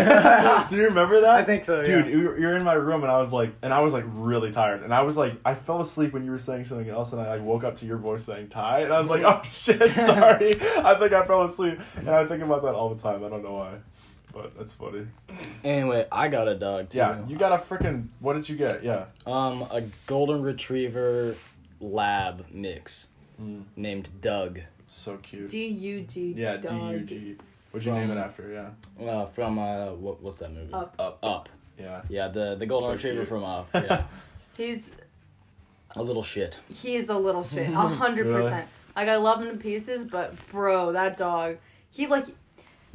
Do you remember that?
I think so, yeah.
dude. You were- you were in my room and I was like and I was like really tired and I was like I fell asleep when you were saying something else and I like woke up to your voice saying Ty and I was like oh shit sorry I think I fell asleep and I think about that all the time I don't know why. But that's funny.
Anyway, I got a dog too.
Yeah, you got a freaking. What did you get? Yeah.
um a golden retriever lab mix
Mm,
named Doug
so cute.
D U G.
yeah, D U G. What'd you
From-
name it after? Yeah.
uh, from uh what, what's that movie?
Up.
Up.
Up.
Yeah.
Yeah, the the golden
So
retriever
cute.
from Up. Yeah,
He's
a little shit.
he is a little shit. A hundred
Really?
percent. Like I love him to pieces, but bro, that dog, he like,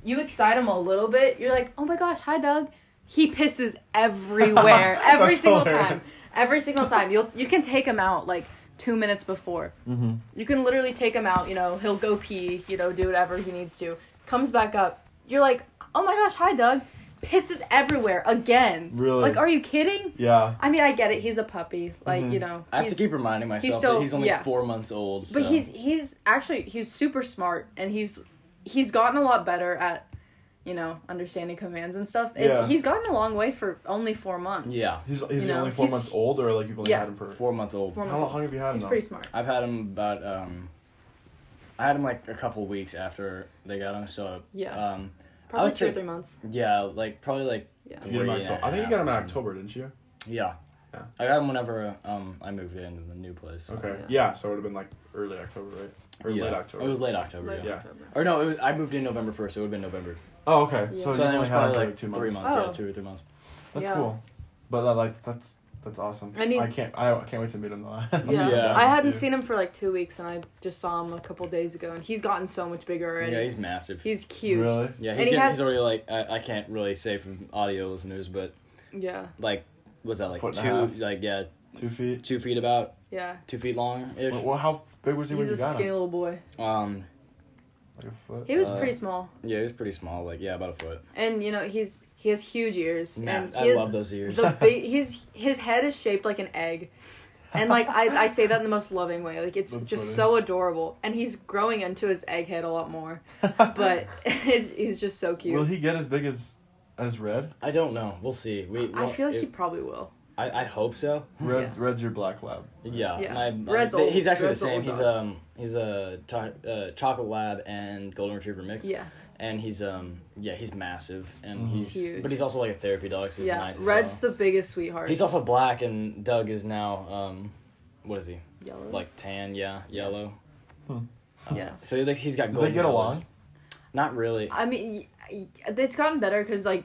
you excite him a little bit. You're like, oh my gosh, hi Doug. He pisses everywhere, every
That's
single time,
hilarious.
every single time. You'll you can take him out like two minutes before.
Mm-hmm.
You can literally take him out. You know, he'll go pee. You know, do whatever he needs to. Comes back up. You're like, oh my gosh, hi Doug. Pisses everywhere again.
Really?
Like, are you kidding?
Yeah.
I mean, I get it. He's a puppy. Like,
Mhm.
you know,
I have to
he's-
keep reminding myself
still-
that he's only
yeah.
four months old.
But
so-
he's he's actually he's super smart and he's he's gotten a lot better at you know understanding commands and stuff. And
Yeah.
he's gotten a long way for only four months.
yeah
He's he's
You
the
know,
only four
he's-
months old, or like you've only
Yeah.
had him for.
four months old.
four
How
months.
long
old.
have you had him?
He's
now?
pretty smart.
I've had him about um, I had him like a couple weeks after they got him. So
Yeah.
um,
Probably
would
two or
say-
three months.
yeah, like probably like
Yeah.
You get him in
three and
October.
a
I think you
half
got
or
him in
something.
October, didn't you?
Yeah.
Yeah.
I got him whenever um I moved into the new place.
Okay.
Yeah.
Yeah. So it would have been like early October, right? Or
Yeah.
late October.
It was late October.
Like
yeah.
Yeah.
October.
Or no, it was, I moved in November first. So it would have been November.
oh, okay.
Yeah.
So,
so
you
then it
only
was
had him
probably
for
like,
like two months.
three months.
Oh.
Yeah, two or three months.
That's
Yeah.
cool. But uh, like that's that's awesome.
And
I
he's-
can't I, I can't wait to meet him though.
Yeah.
Yeah.
I hadn't seen him for like two weeks and I just saw him a couple days ago and he's gotten so much bigger already.
Yeah,
he's,
he's massive.
huge.
Really?
yeah,
and
he's
he
getting,
has-
he's already like I, I can't really say from audio listeners, but
Yeah.
like was that like
Foot and a
two
half.
like yeah
Two feet.
two feet about
Yeah.
two feet long ish.
Well, well, how big was he
He's
when
a
you got
skinny
him?
little boy.
Um,
Like a foot.
He was
Uh,
pretty small.
yeah, he was pretty small. Like yeah, about a foot.
And you know, he's he has huge ears.
Man,
and he
I
has
love those ears.
the big, his his head is shaped like an egg and like I, I say that in the most loving way like it's
That's
just
funny.
so adorable and he's growing into his egg head a lot more but it's, he's just so cute
will he get as big as as red?
I don't know. We'll see. We.
i
we'll-
feel like
it-
he probably will
I, I hope so.
Red's red's your black lab.
Yeah.
Yeah.
My, my-
Red's
they-
old-
He's actually
Red's
the same.
old
He's
dog.
um he's a cho- uh, chocolate lab and golden retriever mix.
yeah Mm-hmm.
And he's um yeah he's massive and
Mhm.
he's
Huge.
but he's also like a therapy dog so he's
yeah
nice. as
red's
well.
the biggest sweetheart
He's also black and Doug is now um what is he
yellow
like tan yeah yellow.
Hmm.
Uh,
Yeah.
So like he's got.
Do they
golden
get
colors.
along?
Not really.
i mean y- y- it's gotten better because like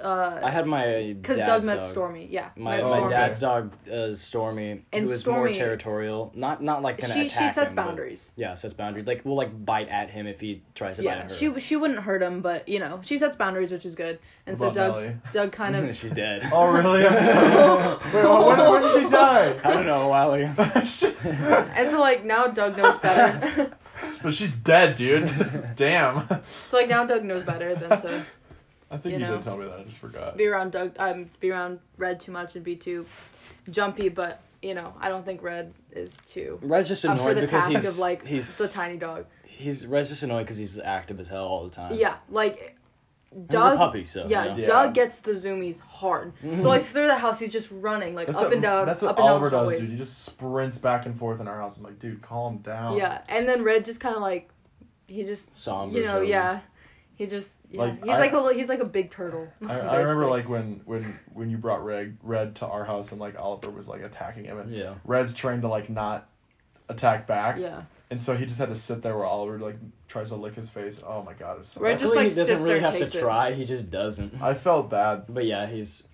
I
uh
had my
because
dad's
doug met
dog.
stormy yeah
My,
met
Oh,
my
okay.
dad's dog uh, Stormy,
And
who was more
Stormy-
territorial. Not not like gonna
she,
attack
she sets
him, but-
boundaries
yeah, sets boundaries. Like will like bite at him if he tries to bite
yeah
at her.
she she wouldn't hurt him but you know she sets boundaries which is good and
What
so
about
doug
Melly?
doug kind of
she's dead.
Oh really? I'm sorry. Wait, when, when did she
I
die?
don't know, a while ago.
Shit.
And so like now Doug knows better.
But she's dead, dude. Damn.
so like now Doug knows better than to
I think
You
you,
know.
did tell me that. I just forgot.
be around Doug um be around Red too much and be too jumpy, but you know, I don't think Red is too
Red's just
up
annoyed
for the
because
task
he's
of like
he's
the tiny dog.
Uh,
He's Red's just annoyed because he's active as hell all the time.
Yeah, like Doug.
a puppy, so
yeah,
you know.
Yeah.
Doug gets the zoomies hard. So like through the house, he's just running like
That's
up
what,
and down,
That's what
up and
Oliver
down
does,
hallways.
dude. He just sprints back and forth in our house. I'm like, dude, calm down.
Yeah, and then Red just kind of like, he just
somber.
you know
zone.
yeah, he just yeah.
Like,
he's
I-
like a li- he's like a big turtle.
I, I remember like when when when you brought Red Red to our house and like Oliver was like attacking him and
Yeah.
Red's trained to like not attack back.
yeah,
And so he just had to sit there where Oliver like tries to lick his face. Oh my god, it's so
Red
Luckily,
just, like,
he doesn't
sits
really
there and
have
takes
to
it.
try. He just doesn't.
I felt bad.
But yeah, he's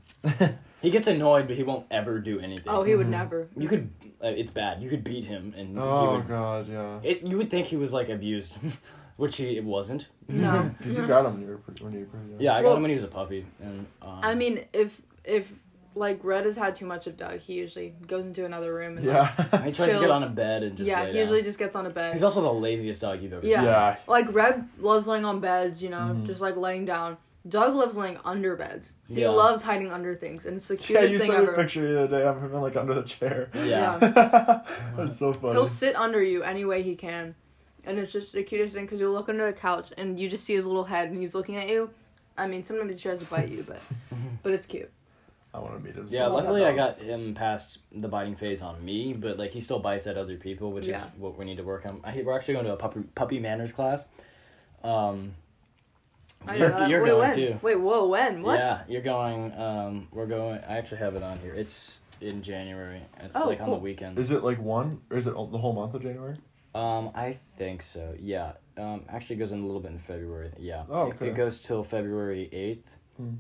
he gets annoyed, but he won't ever do anything.
oh he would
Mhm.
never.
you could. Uh, it's bad. You could beat him, and he
oh
would.
god, yeah.
It, you would think he was like abused, which he it wasn't.
No.
Because you got him when you were pretty, when you were pretty young.
Yeah, I got
Well-
him when he was a puppy, and um,
I mean if if like Red has had too much of Doug, he usually goes into another room and like,
Yeah.
he tries to get
chills.
on a bed and just
yeah,
lay
he
down.
usually just gets on a bed.
He's also the laziest dog you've ever
Yeah.
seen.
yeah.
like Red loves laying on beds, you know,
Mhm.
just like laying down. Doug loves laying under beds. He
Yeah.
loves hiding under things, and it's the
Yeah,
cutest
you
thing
sent me a
ever.
picture the other day of him like under the chair.
Yeah.
That's so funny.
He'll sit under you any way he can, and it's just the cutest thing because you'll look under the couch and you just see his little head and he's looking at you. I mean, sometimes he tries to bite you, but but it's cute.
I want to meet him.
Yeah,
so
luckily I
bad.
got him past the biting phase on me, but like he still bites at other people, which
Yeah.
is what we need to work on. I, we're actually going to a puppy puppy manners class. Um,
I
you're,
know that.
you're
Wait,
going
when?
too.
Wait, whoa, when? What?
Yeah, you're going. Um, we're going. I actually have it on here. It's in January. It's
Oh,
like on
cool.
the weekends.
Is it like one or is it all- the whole month of January?
Um, I think so. Yeah. Um, actually, it goes in a little bit in February. Yeah.
Oh,
It-
okay.
It, goes till February eighth.
Hmm.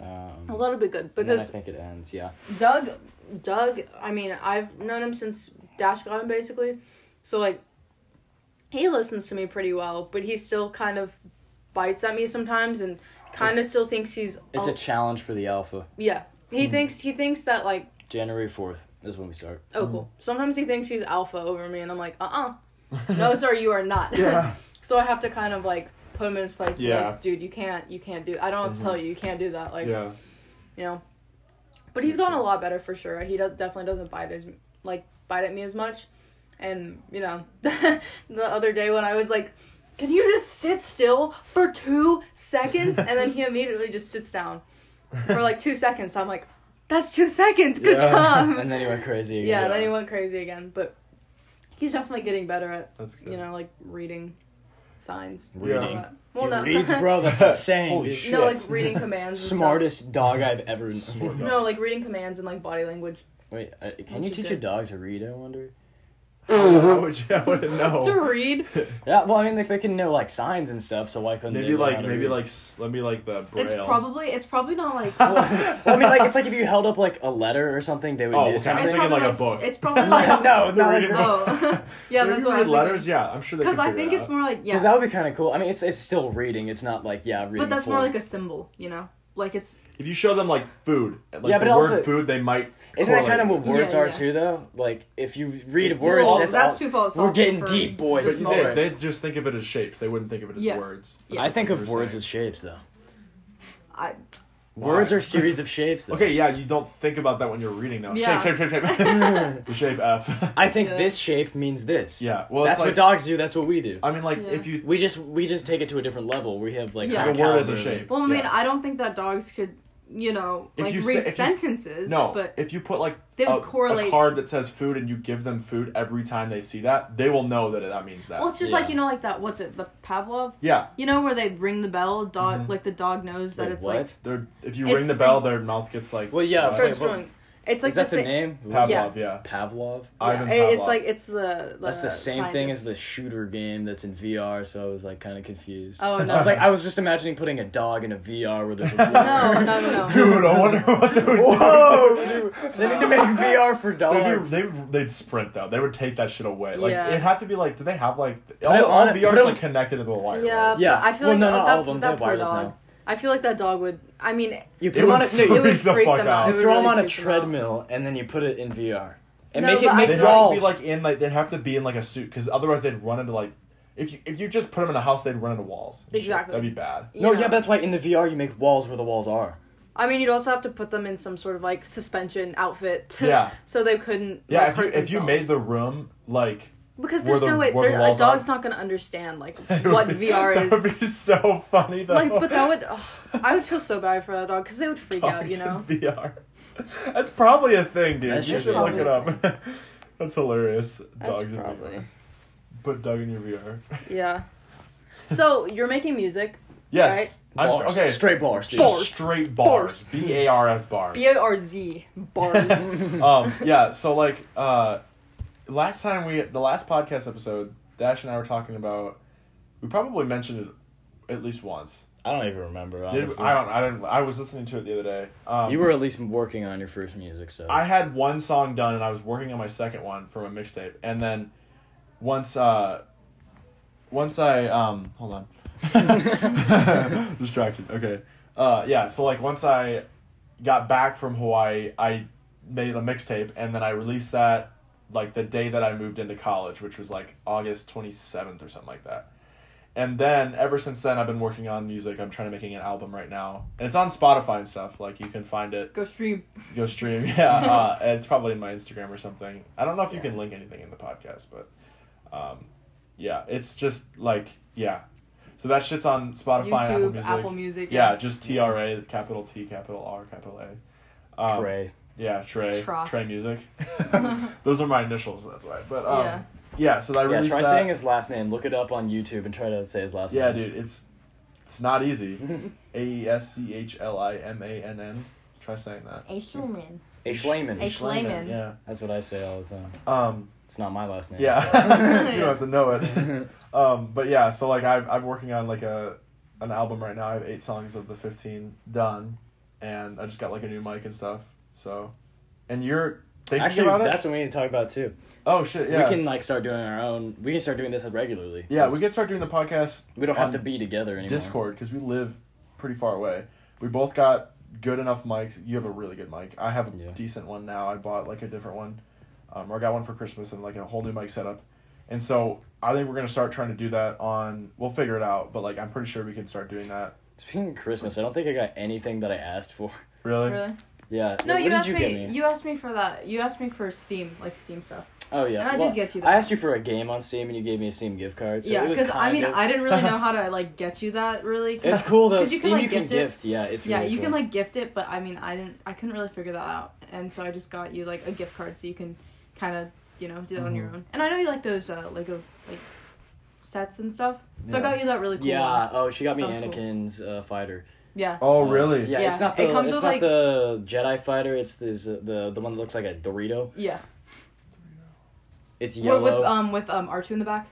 Um,
Well, that'll be good
and then I
because
think it ends. Yeah.
Doug, Doug. I mean, I've known him since Dash got him basically, so like, he listens to me pretty well, but he still kind of bites at me sometimes and kind of
It's-
still thinks he's.
It's
oh,
a Mm-hmm. challenge for the alpha.
yeah. He thinks he thinks that like
January fourth is when we start.
oh cool. Sometimes he thinks he's alpha over me, and I'm like uh uh no sir you are not.
Yeah.
so I have to kind of like put him in his place. Yeah.
Yeah.
Like, Dude, you can't you can't do. I don't
Mm-hmm.
have to tell you you can't do that. Like
yeah.
you know. But he's gotten a lot better for sure. He does, definitely doesn't bite as like bite at me as much. And you know, the other day when I was like, "Can you just sit still for two seconds?" and then he immediately just sits down for like two seconds. So I'm like, "That's two seconds. Good
Yeah.
job."
And then he went crazy.
yeah, then he went crazy again. But he's definitely getting better at
That's good.
you know like reading signs.
Reading.
Yeah.
Well,
he
no.
reads, bro. That's insane.
Holy
dude.
shit.
no, like reading commands. and stuff.
Smartest dog I've ever.
Smart dog.
No, like reading commands and like body language.
Wait, uh, can
Don't
you
you
teach
dare.
a dog to read? I wonder.
I would, I wouldn't
To
know.
read.
Yeah, well, I mean, like they can know like signs and stuff, so why couldn't they
Maybe
know
like
how to
maybe
read?
like s- let me like the braille.
It's probably it's probably not like
well, I mean, like it's like if you held up like a letter or something, they would
Oh,
do
okay.
it's
something.
thinking
probably
like a
like,
book.
it's probably like
no,
The
not like
reading
a
book.
oh yeah that's what I
Maybe you read
was
letters.
letters
Yeah, I'm sure they.
because
Because
I think it's more like
Because
yeah
that would be kind of cool. I mean, it's it's still reading. It's not like yeah, reading.
but that's
full.
more like a symbol you know like it's
If you show them like food, like
Yeah,
the
but
word
also-
food, they might.
Isn't that
correlate
kind of what
with
words
Yeah,
are
yeah.
too, though? Like if you read words,
well,
that's,
that's
all-
too false
We're getting deep, boys.
But
It's
they,
more-
they just think of it as shapes. They wouldn't think of it as
Yeah.
words.
Yeah.
I think of words as shapes, though.
I
Why?
Words are series of shapes. Though.
Okay, yeah, you don't think about that when you're reading though.
Yeah.
Shape, shape, shape, shape. The shape F.
I think
Yeah.
this shape means this.
yeah. Well,
that's
it's like,
what dogs do. That's what we do.
I mean, like
Yeah.
if you
We just we just take it to a different level. We have like
Yeah.
high
The word as a
caliber.
shape.
well I mean
Yeah.
I don't think that dogs could you know
If
like
you say-
read
if you-
sentences
no,
but
if you put like
They would
a,
correlate-
a card that says food and you give them food every time they see that, they will know that that means that.
well it's just
Yeah.
like you know like that what's it the Pavlov
yeah,
you know where they ring the bell dog
Mhm.
like the dog knows that
Wait,
it's
what?
like
they're if you
It's
ring the
the
bell,
thing-
their mouth gets like
Well, yeah,
uh,
sure.
starts
but-
drawing. It's like
Is that
the
the
same.
name?
Pavlov,
Yeah.
yeah.
Pavlov.
Ivan
yeah, it-
Pavlov.
it's like it's the, the
That's the same thing as
scientist.
the shooter game that's in VR, so I was like kind of confused.
Oh
I
no!
was like, I was just imagining putting a dog in a VR where there's a
no, no, no, no.
Dude, I wonder what they would
Whoa!
do.
dude, they need to make VR for
They'd, be,
dogs.
they, would- they'd sprint though. They would take that shit away. Like
Yeah.
it'd have to be like, do they have like
it
all, all
on it,
VR
put
is
it-
like connected to the wire?
Yeah,
right?
but
Yeah.
I feel
Well,
like
no, no,
that,
all of them,
that
they're
poor
wireless
dog.
now.
I feel like that dog would. I mean,
You put
It
them
would
on a, no,
it
you,
freak
would
the
freak
fuck
them out.
out.
you
It would
throw them
really
on a
freak them out.
treadmill and then you put it in VR and
No,
make it
but I
make
They'd
feel
have to
walls.
be like in like they'd have to be in like a suit because otherwise they'd run into like if you if you just put them in a house they'd run into walls. and shit.
Exactly.
That'd be bad.
no,
you
yeah,
know.
but that's why in the VR you make walls where the walls are.
I mean, you'd also have to put them in some sort of like suspension outfit.
Yeah.
so they couldn't.
Yeah.
like,
if you
hurt
if you
themselves.
made the room like
because
Were
there's
the-
no way
were the
there, a
walls up?
dog's not gonna understand like
It
what
would be-
VR
That
is.
would be so funny though.
Like, but that would ugh, I would feel so bad for that dog because they would freak out,
Dogs
you
in
know.
VR. That's probably a thing, dude.
That
you
should
should
be
look
a
it up. That's hilarious.
That's
Dogs in
probably
VR. Put Doug in your VR.
yeah. So you're making music,
Yes. I'm s-
Bars.
okay.
Straight bars, dude.
Bars.
Straight bars. B A R S bars.
B A R Z bars.
um yeah so like uh last time we the last podcast episode dash and i were talking about we probably mentioned it at least once
I don't even remember.
did
honestly.
i don't i didn't i was listening to it the other day um
um, You were at least working on your first music, so
i had one song done and i was working on my second one for my mixtape and then once uh once i um hold on distracted okay uh yeah so like once i got back from hawaii i made a mixtape and then i released that like the day that I moved into college, which was like August 27th or something like that. And then ever since then, I've been working on music. I'm trying to making an album right now, and it's on Spotify and stuff. Like you can find it,
Go stream.
go stream. Yeah, uh, and it's probably in my Instagram or something. I don't know if you can link anything in the podcast, but um, yeah, it's just like yeah. So that shit's on Spotify, Apple
YouTube,
Music.
Apple Music.
yeah, just T R A, capital T, capital R, capital A. Um,
Trey.
yeah, Trey.
Tra.
Trey Music. Those are my initials, that's why. But um, yeah.
Yeah.
so I
Yeah,
released
try
that.
saying his last name. Look it up on YouTube and try to say his last
yeah,
name.
dude, it's it's not easy.
dude.
A E S C H L I M A N N. Try saying that.
A Schulman.
A Schleiman.
A Sch- Schleiman.
Yeah.
That's what I say all the time.
Um.
It's not my last name.
Yeah. you
Yeah.
don't have to know it.
so.
Um. But yeah, so like I've I'm working on like a an album right now. I have eight songs of the fifteen done, and I just got like a new mic and stuff. So, and you're thinking
Actually,
about
that's
it.
what we need to talk about too.
Oh shit! Yeah.
We can like start doing our own. We can start doing this regularly.
yeah,
'cause
we can start doing the podcast
We don't have
on
to be together anymore.
Discord because we live pretty far away. We both got good enough mics. You have a really good mic. I have a
Yeah.
decent one now. I bought like a different one, um, or I got one for Christmas and like a whole new mic setup. And so I think we're gonna start trying to do that on. We'll figure it out, but like I'm pretty sure we can start doing that.
Speaking of Christmas, I don't think I got anything that I asked for.
Really?
Really?
Yeah.
No,
what
you
did
asked
you
me,
get me?
You asked me for that. You asked me for Steam, like Steam stuff.
oh yeah.
and I
well,
did get you
I
that.
asked you for a game on Steam, and you gave me a Steam gift card. So
yeah,
because
because I mean,
of,
I didn't really know how to like get you that really. 'cause-
It's cool though.
'Cause you
Steam
can, like,
you can
gift it.
gift. Yeah, it's
yeah,
really
you
cool.
can like gift it, but I mean, I didn't. I couldn't really figure that out, and so I just got you like a gift card so you can kind of you know do that on your
Mm-hmm.
own. And I know you like those uh, Lego like sets and stuff, so
Yeah.
I got you that really cool. uh,
Yeah.
one.
Oh, she got me
That was cool.
Anakin's uh, fighter.
yeah.
Oh
Um,
really?
Yeah, It's
Yeah,
not the.
it comes
it's
with,
not
like-
the Jedi fighter. It's this uh, the the one that looks like a Dorito.
Yeah,
It's
Well,
yellow.
with um with um R two in the back.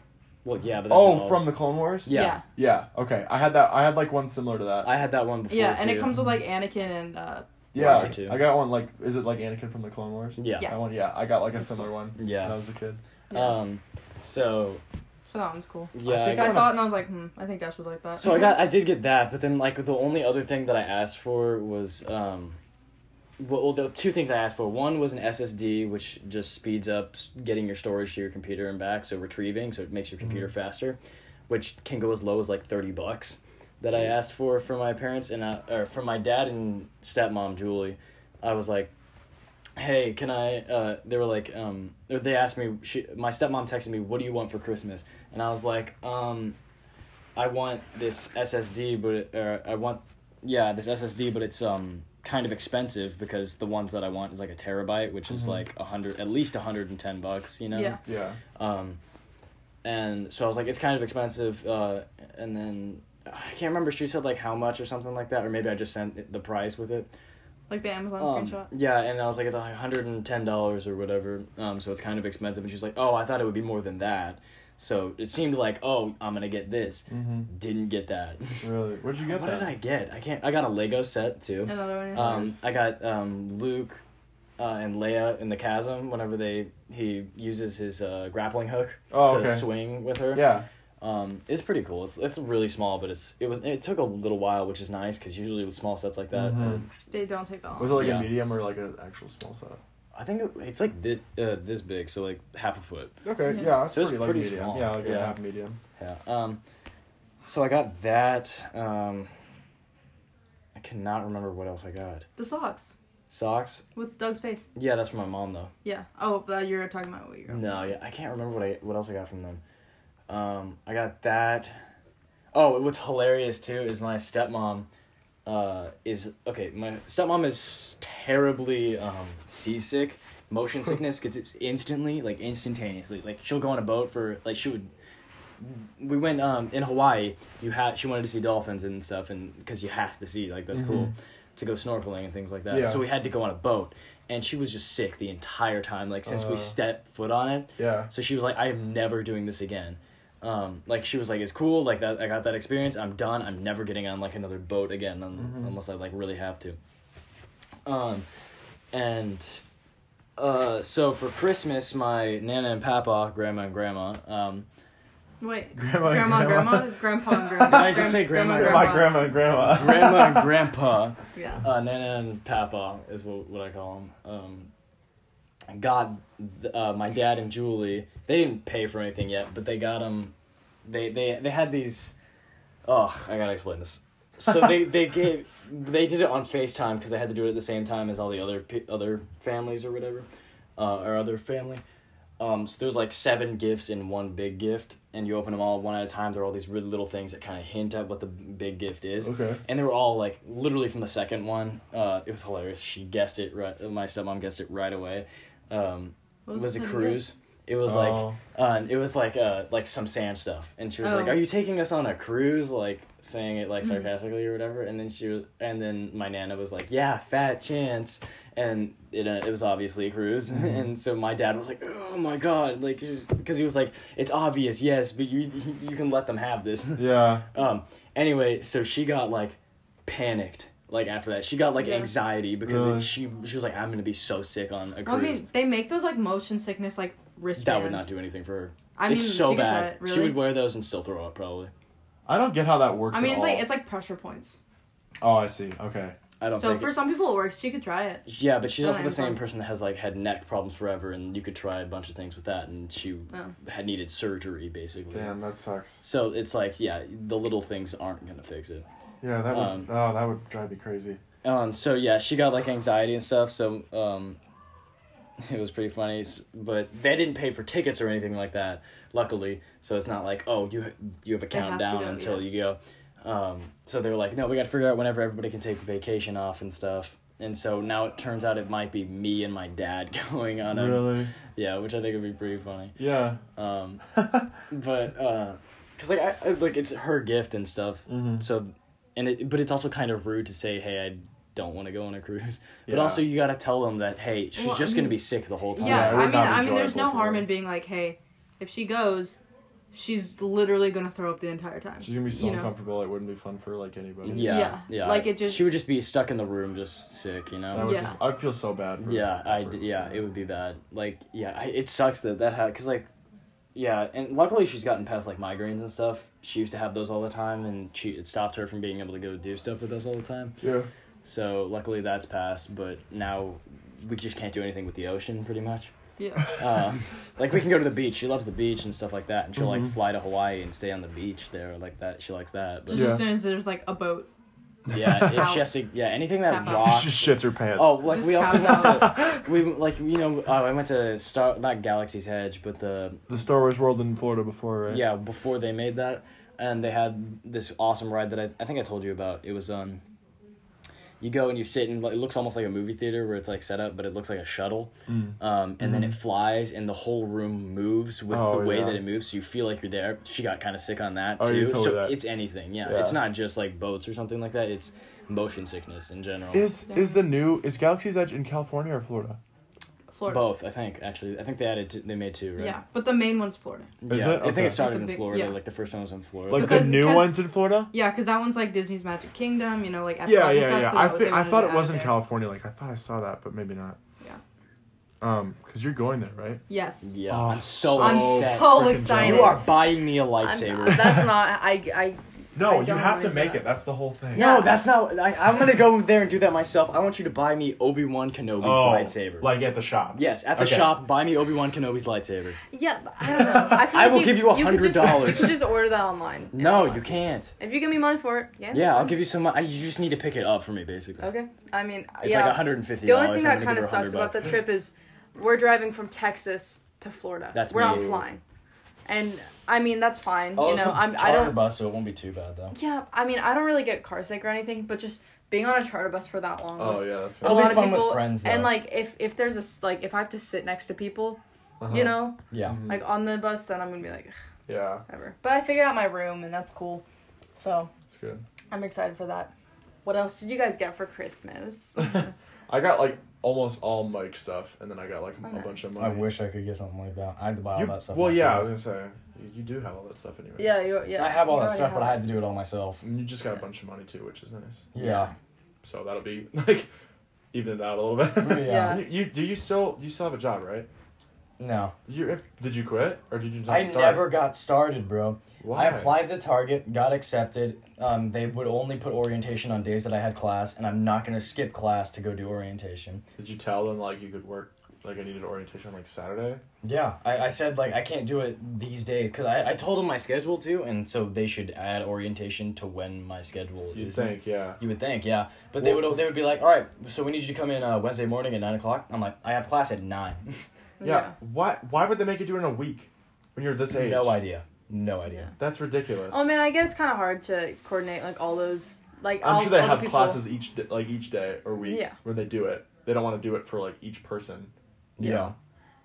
well, yeah, but that's
Oh,
all.
from the Clone Wars.
Yeah.
Yeah. Okay. I had that. I had like one similar to that.
I had that one before.
yeah, and
too.
it comes with like Anakin and uh,
yeah.
Roger, too.
I got one like. Is it like Anakin from the Clone Wars?
Yeah.
Yeah.
I want. Yeah. I got like a similar one.
Yeah.
When I was a kid.
yeah.
Um, so
so that one's cool.
yeah,
I
I
think
I
got-
saw it and I was like, hmm, I think Dash would like that.
so I got I did get that, but then like the only other thing that I asked for was um, well, well, there were two things I asked for. One was an SSD, which just speeds up s- getting your storage to your computer and back, so retrieving, so it makes your computer faster, which can go as low as like thirty bucks. That I
Jeez.
asked for for my parents and I, or for my dad and stepmom Julie, I was like, hey can i uh they were like um or they asked me she, my stepmom texted me what do you want for christmas and i was like um i want this ssd but or i want yeah this ssd but it's um kind of expensive because the ones that i want is like a terabyte which is
Mhm.
like a hundred at least 110 bucks you know
Yeah.
Yeah.
um, and so I was like, it's kind of expensive. Uh, and then I can't remember. She said like how much or something like that, or maybe I just sent it- the price with it.
like the Amazon
Um,
screenshot.
yeah, and I was like, it's like hundred and ten dollars or whatever. Um, so it's kind of expensive. And she's like, oh, I thought it would be more than that. So it seemed like, oh, I'm gonna get this.
Mm-hmm.
Didn't get that.
Really? Where'd you get
what
that?
did I get? I can't. I got a Lego set too.
Another one.
Um,
Nice.
I got um, Luke uh, and Leia in the chasm whenever they he uses his uh, grappling hook
Oh,
to
okay.
swing with her.
Yeah.
Um, it's pretty cool. It's it's really small, but it's it was it took a little while, which is nice because usually with small sets like that,
Mhm.
they don't take that long.
Was it like
Yeah.
a medium or like an actual small setup?
I think it, it's like this uh, this big, so like half a foot.
Okay,
Yeah.
yeah, that's
So it's
pretty, like,
pretty
medium.
small.
Yeah, like
Yeah.
a half medium.
Yeah. Um, so I got that. Um, I cannot remember what else I got.
the socks.
Socks.
with Doug's face.
Yeah, that's from my mom though.
Yeah. Oh, but you're talking about what you're.
No, yeah, I can't remember what I what else I got from them. Um, I got that. Oh, what's hilarious too is my stepmom. Uh, is okay. My stepmom is terribly um seasick. Motion sickness gets it instantly, like instantaneously. Like she'll go on a boat for like she would. We went um in Hawaii. You had she wanted to see dolphins and stuff, and because you have to see like that's cool to go snorkeling and things like that.
Yeah.
So we had to go on a boat, and she was just sick the entire time. Like since
Uh.
we stepped foot on it,
Yeah.
so she was like, I am never doing this again. Um, like she was like, it's cool. Like that, I got that experience. I'm done. I'm never getting on like another boat again, un-
Mhm.
unless I like really have to. Um, and uh, so for Christmas, my nana and papa, grandma and grandma. Um,
Wait.
Grandma and
grandma,
grandma.
grandma, grandpa, and grandma.
Did I just say grandma?
My grandma and grandma.
grandma and grandpa.
Yeah.
uh, Nana and Papa is what, what I call them. Um, I got th- uh, my dad and Julie. They didn't pay for anything yet, but they got them. They they they had these. Oh, I gotta explain this. So they they gave they did it on Facetime because they had to do it at the same time as all the other pe- other families or whatever, uh, or other family. Um, so there's like seven gifts in one big gift, and you open them all one at a time. They're all these really little things that kind of hint at what the big gift is
Okay.
and they were all like literally from the second one. Uh, it was hilarious. She guessed it right. My stepmom guessed it right away. Um,
What
was it
the
cruise? It was
Oh.
like um, it was like uh, like some sand stuff, and she was like,
Oh. Mm-hmm.
"Are you taking us on a cruise?" Like saying it like sarcastically or whatever, and then she was, and then my nana was like, "Yeah, fat chance," and it uh, it was obviously a cruise, and so my dad was like, "Oh my god!" Like because he was like, "It's obvious, yes, but you you can let them have this."
Yeah.
Um. Anyway, so she got like panicked. Like after that, she got like
Yeah.
anxiety because
Really?
it, she she was like, "I'm gonna be so sick on a cruise."
I mean, they make those like motion sickness like wristbands.
that would not do anything for her.
I mean,
it's so
she could try
bad.
it, really.
She would wear those and still throw up probably.
I don't get how that works.
I mean,
at
it's like
all.
it's like pressure points.
Oh, I see. Okay.
I don't
So
think.
for some people it works. She could try it.
yeah, but she's
Oh,
also
I'm
the same
sorry.
person that has like had neck problems forever, and you could try a bunch of things with that, and she
Oh.
had needed surgery basically.
Damn, that sucks.
So it's like, yeah, the little things aren't gonna fix it.
Yeah, that would.
Um,
oh, that would drive me crazy.
Um, so yeah, she got like anxiety and stuff. So um, it was pretty funny. s- But they didn't pay for tickets or anything like that. Luckily, so it's not like oh you you have a
They have to
countdown
go,
until
yeah.
you go. Um, so they were like, no, we got to figure out whenever everybody can take vacation off and stuff. And so now it turns out it might be me and my dad going on a
Really?
yeah, which I think would be pretty funny.
Yeah.
Um,
mm-hmm.
but uh, cause like I, I like it's her gift and stuff.
Mm-hmm.
So, and it, but it's also kind of rude to say, "Hey, I don't want to go on a cruise." But
Yeah.
also, you gotta tell them that, "Hey, she's
Well, I
just
mean-
gonna be sick the whole time."
Yeah,
Yeah,
it
I
would
mean,
not be
I mean, there's no
enjoyable for
harm
her.
in being like, hey, if she goes, she's literally gonna throw up the entire time.
She's gonna be so
You know.
uncomfortable. It wouldn't be fun for like anybody.
yeah, yeah,
Yeah, like it just-
She would just be stuck in the room, just sick, you
That
know.
would
Yeah.
just. I'd feel so bad. For
Yeah,
for-
I d- yeah, it would be bad. Like yeah, I, it sucks that that had cause like, yeah, and luckily she's gotten past like migraines and stuff. She used to have those all the time, and she it stopped her from being able to go do stuff with us all the time.
Yeah.
So luckily that's passed, but now we just can't do anything with the ocean, pretty much.
Yeah.
um, like we can go to the beach. She loves the beach and stuff like that, and she'll
Mhm.
like fly to Hawaii and stay on the beach there, like that. She likes that. But
Just
yeah,
Yeah.
as soon as there's like a boat.
if she has to, yeah, anything that
Tap out.
She
rocks.
just shits her pants.
Oh, like
Just
we also went
cows
to we like you know uh, I went to Star not Galaxy's Edge, but the
the Star Wars world in Florida before, right?
yeah before they made that, and they had this awesome ride that I I think I told you about. It was um. You go and you sit and like, it looks almost like a movie theater where it's like set up, but it looks like a shuttle.
Mm.
um, and then
Mm-hmm.
it flies, and the whole room moves with
Oh,
the way
yeah.
that it moves, so you feel like you're there. She got kind of sick on that
Oh,
too.
you told me
so
that.
it's anything, yeah.
Yeah.
It's not just like boats or something like that. It's motion sickness in general.
Is is the new is Galaxy's Edge in California or Florida?
Florida.
both? I think actually, I think they added, t- they made two, right?
Yeah, but the main one's Florida.
Is
yeah.
it?
I think
Okay.
it started
Like the
in
big-
Florida.
yeah.
Like the first one was in Florida.
Like
Because-
the new
because-
one's in Florida?
Yeah, because that one's like Disney's Magic Kingdom, you know, like Epcot
Yeah,
and
yeah,
stuff,
yeah.
so
I,
they
fe- I
wanted
thought
to
it
add
was in
there.
California. Like I thought I saw that, but maybe not.
Yeah.
Um, cause you're going there, right?
Yes.
yeah,
Oh,
I'm so
I'm
upset.
so
freaking
excited.
you are buying me a
I'm-
lightsaber.
that's not. I I
No,
I
you
don't
have to
remember
make
that.
it. That's the whole thing.
Yeah.
No, that's not. I, I'm gonna go there and do that myself. I want you to buy me Obi Wan Kenobi's
Oh,
lightsaber.
Like at the shop.
yes, at the
Okay.
shop, buy me Obi Wan Kenobi's lightsaber.
Yeah, but I don't know. I, feel
I
like
will give you
could just-
$100.
You could just order that online. and
No,
it'll
you
last.
can't.
If you give me money for it, yeah.
Yeah, I'll give you some. I, you just need to pick it up for me, basically.
Okay. I mean,
It's
yeah.
like 150.
the only thing that kind of sucks about the trip is we're driving from Texas to Florida.
That's
we're not
me.
flying, and I mean that's fine.
Oh,
you
it's
know,
a
I'm. I
charter
don't.
bus, so it won't be too bad though.
Yeah, I mean I don't really get car sick or anything, but just being on a charter bus for that long.
Oh
with
yeah, that's
A
It'll
right.
be
lot of
fun with
people,
friends,
and
though.
like if if there's a s- like if I have to sit next to people,
Uh-huh.
Uh-huh.
you know,
Yeah.
Mhm.
like on the bus, then I'm gonna be like
Yeah,
whatever. But I figured out my room, and that's cool. So
it's good.
I'm excited for that. What else did you guys get for Christmas?
I got like almost all Mike stuff, and then I got like
Oh,
a
nice.
bunch of money.
I wish I could get something like that. I had to buy all
Mm. You,
that stuff.
well, yeah, I
myself.
was gonna say you, you do have all that stuff anyway.
yeah, you, yeah.
I have all
you
that
already
stuff, but I
have
had to do it all myself.
And you just got a bunch of money too, which is nice.
Yeah.
So that'll be like even it out a little bit.
Yeah.
You, you do you still you still have a job, right?
No.
You if did you quit or did you not
I
start?
never got started, bro.
Why?
I applied to Target, got accepted. Um, they would only put orientation on days that I had class, and I'm not gonna skip class to go do orientation.
Did you tell them like you could work like I needed orientation on like Saturday?
Yeah, I, I said like I can't do it these days because I, I told them my schedule too, and so they should add orientation to when my schedule
You'd
is.
think, yeah.
You would think, yeah, but they would they would be like, all right, so we need you to come in uh, Wednesday morning at nine o'clock. I'm like, I have class at nine.
yeah. Why why would they make you do it in a week when you're this age?
no idea, no idea.
That's ridiculous.
Oh man, I get it's kind of hard to coordinate like all those like.
I'm
all,
sure they
all the
have
people-
classes each d- like each day or week
Yeah.
when they do it. They don't want to do it for like each person.
Yeah,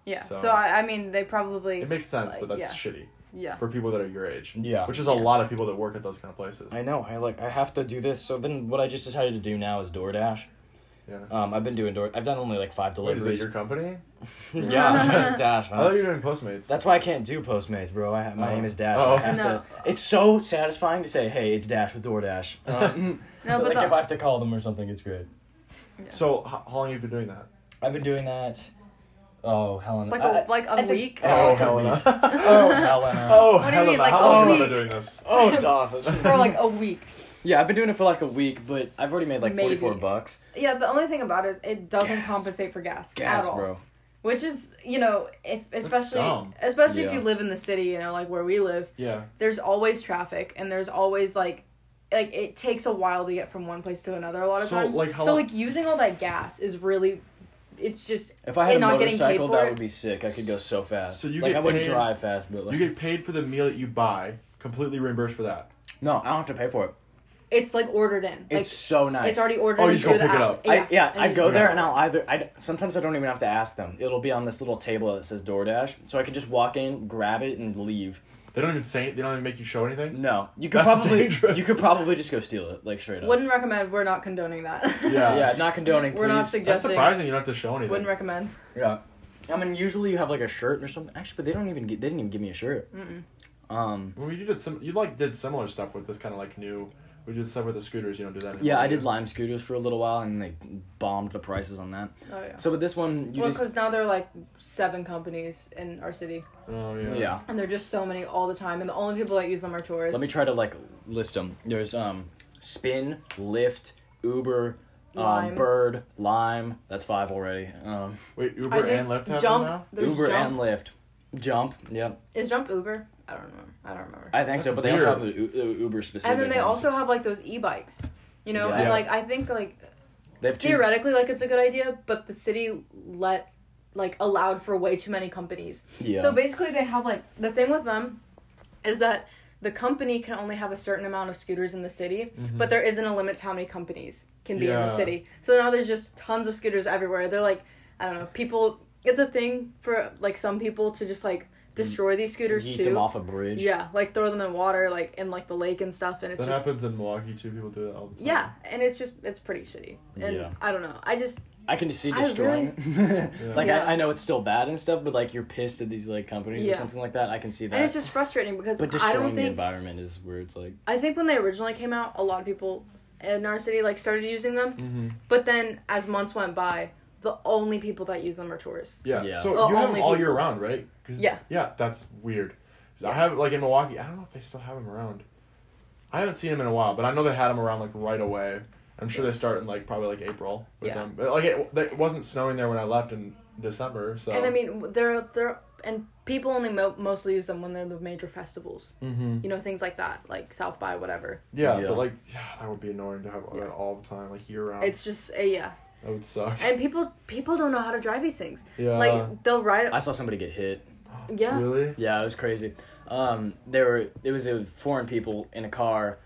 Yeah. So,
so-
I, I mean, they probably.
It makes sense,
Like,
but that's
yeah.
shitty
yeah.
for people that are your age.
Yeah.
Which is
Yeah.
a lot of people that work at those kind of places.
I know. I like I have to do this. So then, what I just decided to do now is DoorDash.
yeah.
Um, I've been doing door. I've done only like five
Wait, is
deliveries.
it your Oh, company?
yeah, it's Dash.
I thought you were doing Postmates.
That's why I can't do Postmates, bro. I, my
Oh.
name is Dash.
Oh.
I have
No.
to, it's so satisfying to say, "Hey, it's Dash with DoorDash." Um,
No, but
like
the-
if I have to call them or something, it's great.
so h- how long have you been doing that?
I've been doing that. Oh, Helena.
Like
I-
a like a
I think-
week.
Oh,
Helena.
oh, Helena.
oh,
What do you
Helena.
mean, like,
how
a
long have you
week?
been doing this?
oh, Dash.
for like a week.
yeah, I've been doing it for like a week, but I've already made like
Maybe.
forty-four bucks.
Yeah. The only thing about it is it doesn't
Gas.
compensate for gas,
Gas,
at all.
bro.
Which is you know if especially
dumb.
especially if
Yeah.
you live in the city you know like where we live
Yeah.
there's always traffic and there's always like like it takes a while to get from one place to another a lot of
So,
times
like, how
so
lo-
like using all that gas is really it's just
If I had
And
a
not getting paid
motorcycle,
for
that
it?
would be sick. I could go so fast.
So you
like
get
I wouldn't
paid-
drive fast, but
You
like
get paid for the meal that you buy, completely reimbursed for that.
no, I don't have to pay for it.
it's like ordered in like
It's so nice.
it's already ordered
Oh, you
in
just go
through the
pick it
app.
up.
I, yeah,
and
I
you
go
just-
there and I'll either. I sometimes I don't even have to ask them. It'll be on this little table that says DoorDash, so I could just walk in, grab it, and leave.
They don't even say. They don't even make you show anything.
No, you could
That's
probably
dangerous.
you could probably just go steal it, like straight up.
Wouldn't recommend. We're not condoning that.
Yeah.
yeah, not condoning.
We're not
please.
That's
suggesting.
surprising. You don't have to show anything.
Wouldn't recommend.
Yeah, I mean, usually you have like a shirt or something. Actually, but they don't even get. They didn't even give me a shirt.
Mm-mm.
Um.
Well, you did some. You like did similar stuff with this kind of like new. We did stuff with the scooters. You don't do that. Anymore,
Yeah, I
do
did
you?
Lime Scooters for a little while, and they bombed the prices on that.
Oh yeah.
So with this one, you
well,
just
because now there are like seven companies in our city,
Oh yeah.
yeah.
and there are just so many all the time, and the only people that use them are tourists.
Let me try to like list them. There's um, Spin, Lyft, Uber, um,
Lime.
Bird, Lime. That's five already. Um,
Wait,
I
Uber
think
and Lyft have
Jump.
them now.
There's
Uber
jump.
and Lyft, Jump. Yep,
Is Jump Uber? I don't know. I don't remember.
I think so.
That's
But they also
weird.
have the U- the Uber specific.
and then they
ones.
also have like those e-bikes, you know,
Yeah.
and
Yeah.
like I think like
they have two.
theoretically like it's a good idea, but the city let like allowed for way too many companies.
yeah.
So basically, they have like the thing with them is that the company can only have a certain amount of scooters in the city,
Mm-hmm.
Hmm.
but there isn't a limit to how many companies can be in the
Yeah.
city. So now there's just tons of scooters everywhere. They're like, I don't know, people. It's a thing for like some people to just like destroy these scooters
Mm. Yeet
too.
them off a bridge.
Yeah, like throw them in water, like in like the lake and stuff, and it's
that
just
happens in Milwaukee too. People do that all the time.
yeah, and it's just it's pretty shitty. And
Yeah.
I don't know. I just
I can just see
I
destroying. it. like
Yeah.
I, I know it's still bad and stuff, but like you're pissed at these like companies
Yeah.
or something like that. I can see that.
and it's just frustrating because
but
I
destroying
don't
the
think
environment is where it's like
I think when they originally came out, a lot of people in our city like started using them.
Mhm.
But then as months went by, the only people that use them are tourists.
Yeah.
Yeah.
So
Well,
you have
Oh, only
them all
people-
year round, right? 'Cause it's- Yeah, that's weird. 'Cause I
Yeah.
have like in Milwaukee. I don't know if they still have them around. I haven't seen him in a while, but I know they had him around like right away. I'm sure they start in like probably like April with
Yeah.
them. But like it, it wasn't snowing there when I left in December, so.
And I mean, they're they're and people only mo- mostly use them when they're the major festivals.
hmm
You know, things like that, like South by whatever.
Yeah,
Yeah.
but like that would be annoying to have
Yeah.
that all the time, like year round.
It's just uh, yeah,
that would suck.
and people people don't know how to drive these things.
yeah.
like they'll ride.
Uh, I saw somebody get hit.
yeah.
Really?
Yeah, it was crazy. Um, there were it was a foreign people in a car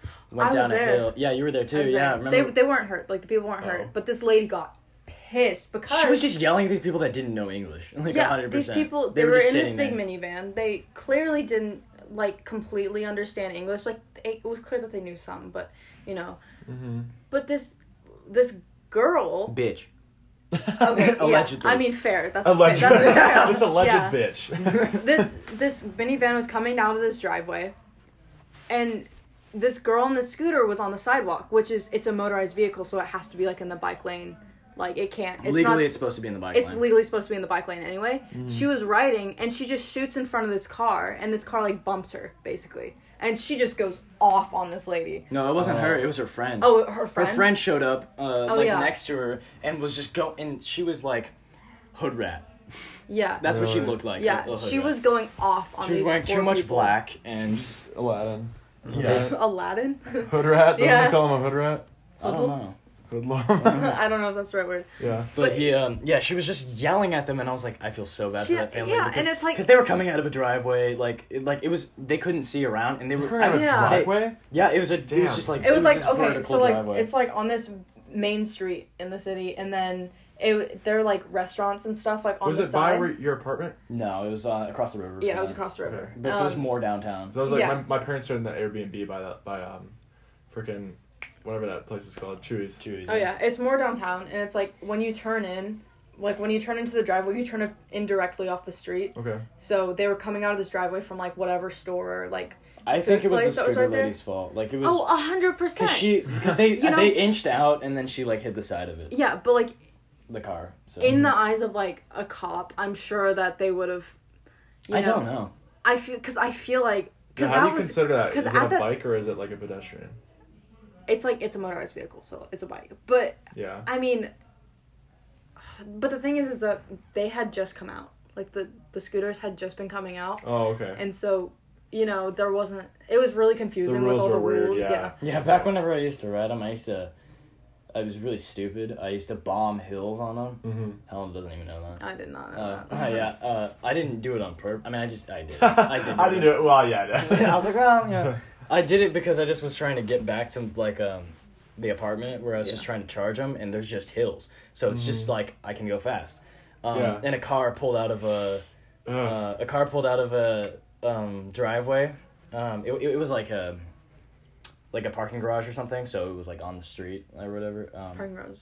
I
went
was
down a
there.
hill. Yeah, you were there too.
I was
yeah,
like-
remember?
they they weren't hurt. Like the people weren't
Oh.
hurt, but this lady got pissed because
she was just yelling at these people that didn't know English. Like
yeah,
100%.
these people they, were,
just
in this
sitting
big
there.
minivan. They clearly didn't like completely understand English. Like it was clear that they knew some, but you know,
Mm-hmm.
but this this girl.
bitch.
Okay,
Allegedly.
Yeah, I mean, fair. That's
Alleged.
Fair. That's fair.
this alleged
Yeah.
bitch.
this this minivan was coming down to this driveway, and this girl on the scooter was on the sidewalk, which is it's a motorized vehicle, so it has to be like in the bike lane. Like it can't. It's
Legally,
not,
it's supposed to be in the bike
it's
lane. Mm.
legally supposed to be in the bike lane anyway. She was riding and she just shoots in front of this car, and this car like bumps her basically, and she just goes off on this lady.
no, it wasn't
Oh.
her. It was her friend.
Oh, her
her
friend.
friend showed up, uh,
Oh,
like
yeah.
next to her, and was just go. And she was like, hood rat.
Yeah.
That's what she
Really?
looked like. oh, a-
yeah.
a hood
She
rat.
was going off on.
She was
these
wearing
poor
too much
people.
black and
Aladdin. Yeah.
Aladdin.
Hood rat. Doesn't
Yeah.
they call him a hood rat?
I don't know.
Hoodlum.
I don't know if that's the right word.
yeah.
But,
But-
he, um, yeah, she was just yelling at them, and I was like, I feel so bad
She-
for that family.
yeah,
because,
and it's like-
because they were coming out of a driveway, like, it, like it was they couldn't see around, and they were
Kind
a
of
I-
a
Yeah.
they-
driveway.
yeah, it was a, it was
Damn.
just like
it was like
just a
okay
vertical
so like
driveway.
it's like on this main street in the city and then it there are like restaurants and stuff like on
was
the
it
side
by where, your apartment?
no, it was uh, across the river.
yeah it was
from
across the river
that. But so it was
Um,
more downtown.
So I was like,
Yeah.
my, my parents are in that Airbnb by that by um, freaking whatever that place is called, Chewy's.
Jews,
oh yeah it's more downtown and it's like when you turn in like when you turn into the driveway you turn in directly off the street
Okay.
so they were coming out of this driveway from like whatever store or like
I think it was
place
the
that was
scooter
right there?
lady's fault. Like it was.
oh a hundred percent
Cause she, cause they,
You know-
they inched out and then she like hit the side of it,
yeah but like
the car. So
in
Um,
the eyes of like a cop i'm sure that they would have you
I don't know.
i feel because i feel like
Yeah,
because
how do
that
you
was
consider that?
'cause
Is it
at
a
the-
bike or is it like a pedestrian?
it's like it's a motorized vehicle so it's a bike but
Yeah.
I mean, but the thing is, is that they had just come out. Like the the scooters had just been coming out,
Oh, okay.
and so you know there wasn't. It was really
the
confusing with
rules
all
were
the
weird.
rules.
yeah.
Yeah.
Yeah, back whenever I used to ride them, I used to. I was really stupid. I used to bomb hills on them.
Mm-hmm.
Helen doesn't even know that.
I did not know
Uh,
that.
yeah, uh, I didn't do it on purpose. I mean, I just I did. It. I did.
I didn't do it. Well, yeah.
I was like, well, yeah. I did it because I just was trying to get back to like um, the apartment where I was just
Yeah.
trying to charge them, and there's just hills, so it's just like I can go fast. Um,
Yeah.
And a car pulled out of a
Ugh.
uh, a car pulled out of a um, driveway. Um, it, it was like a like a parking garage or something, so it was like on the street or whatever. Um,
Parking rows.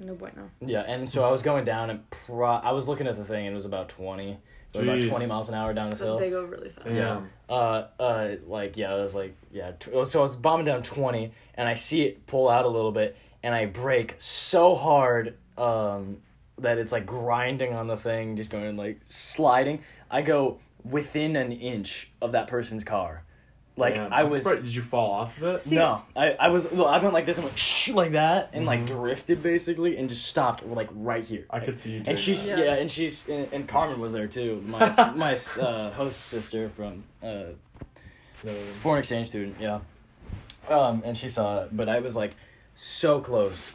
No bueno.
yeah, and so I was going down and pro- I was looking at the thing and it was about twenty, it was about
Jeez.
twenty miles an hour down this
But They
hill.
go really fast.
Damn.
yeah. Uh, uh, like yeah, I was like yeah. Tw- oh, so I was bombing down twenty, and I see it pull out a little bit, and I brake so hard um, that it's like grinding on the thing, just going like sliding. I go within an inch of that person's car, like
Damn.
I
I'm
was.
surprised- Did you fall off of it?
See-
no, I, I was well. I went like this and went shh, like that and like drifted basically and just stopped like right here.
Mm-hmm. I could see you. Doing
And she's
That.
yeah.
Yeah.
and she's and, and Carmen was there too. My my uh, host sister from uh,
Netherlands.
foreign exchange student, yeah. Um, and she saw it, but I was like so close.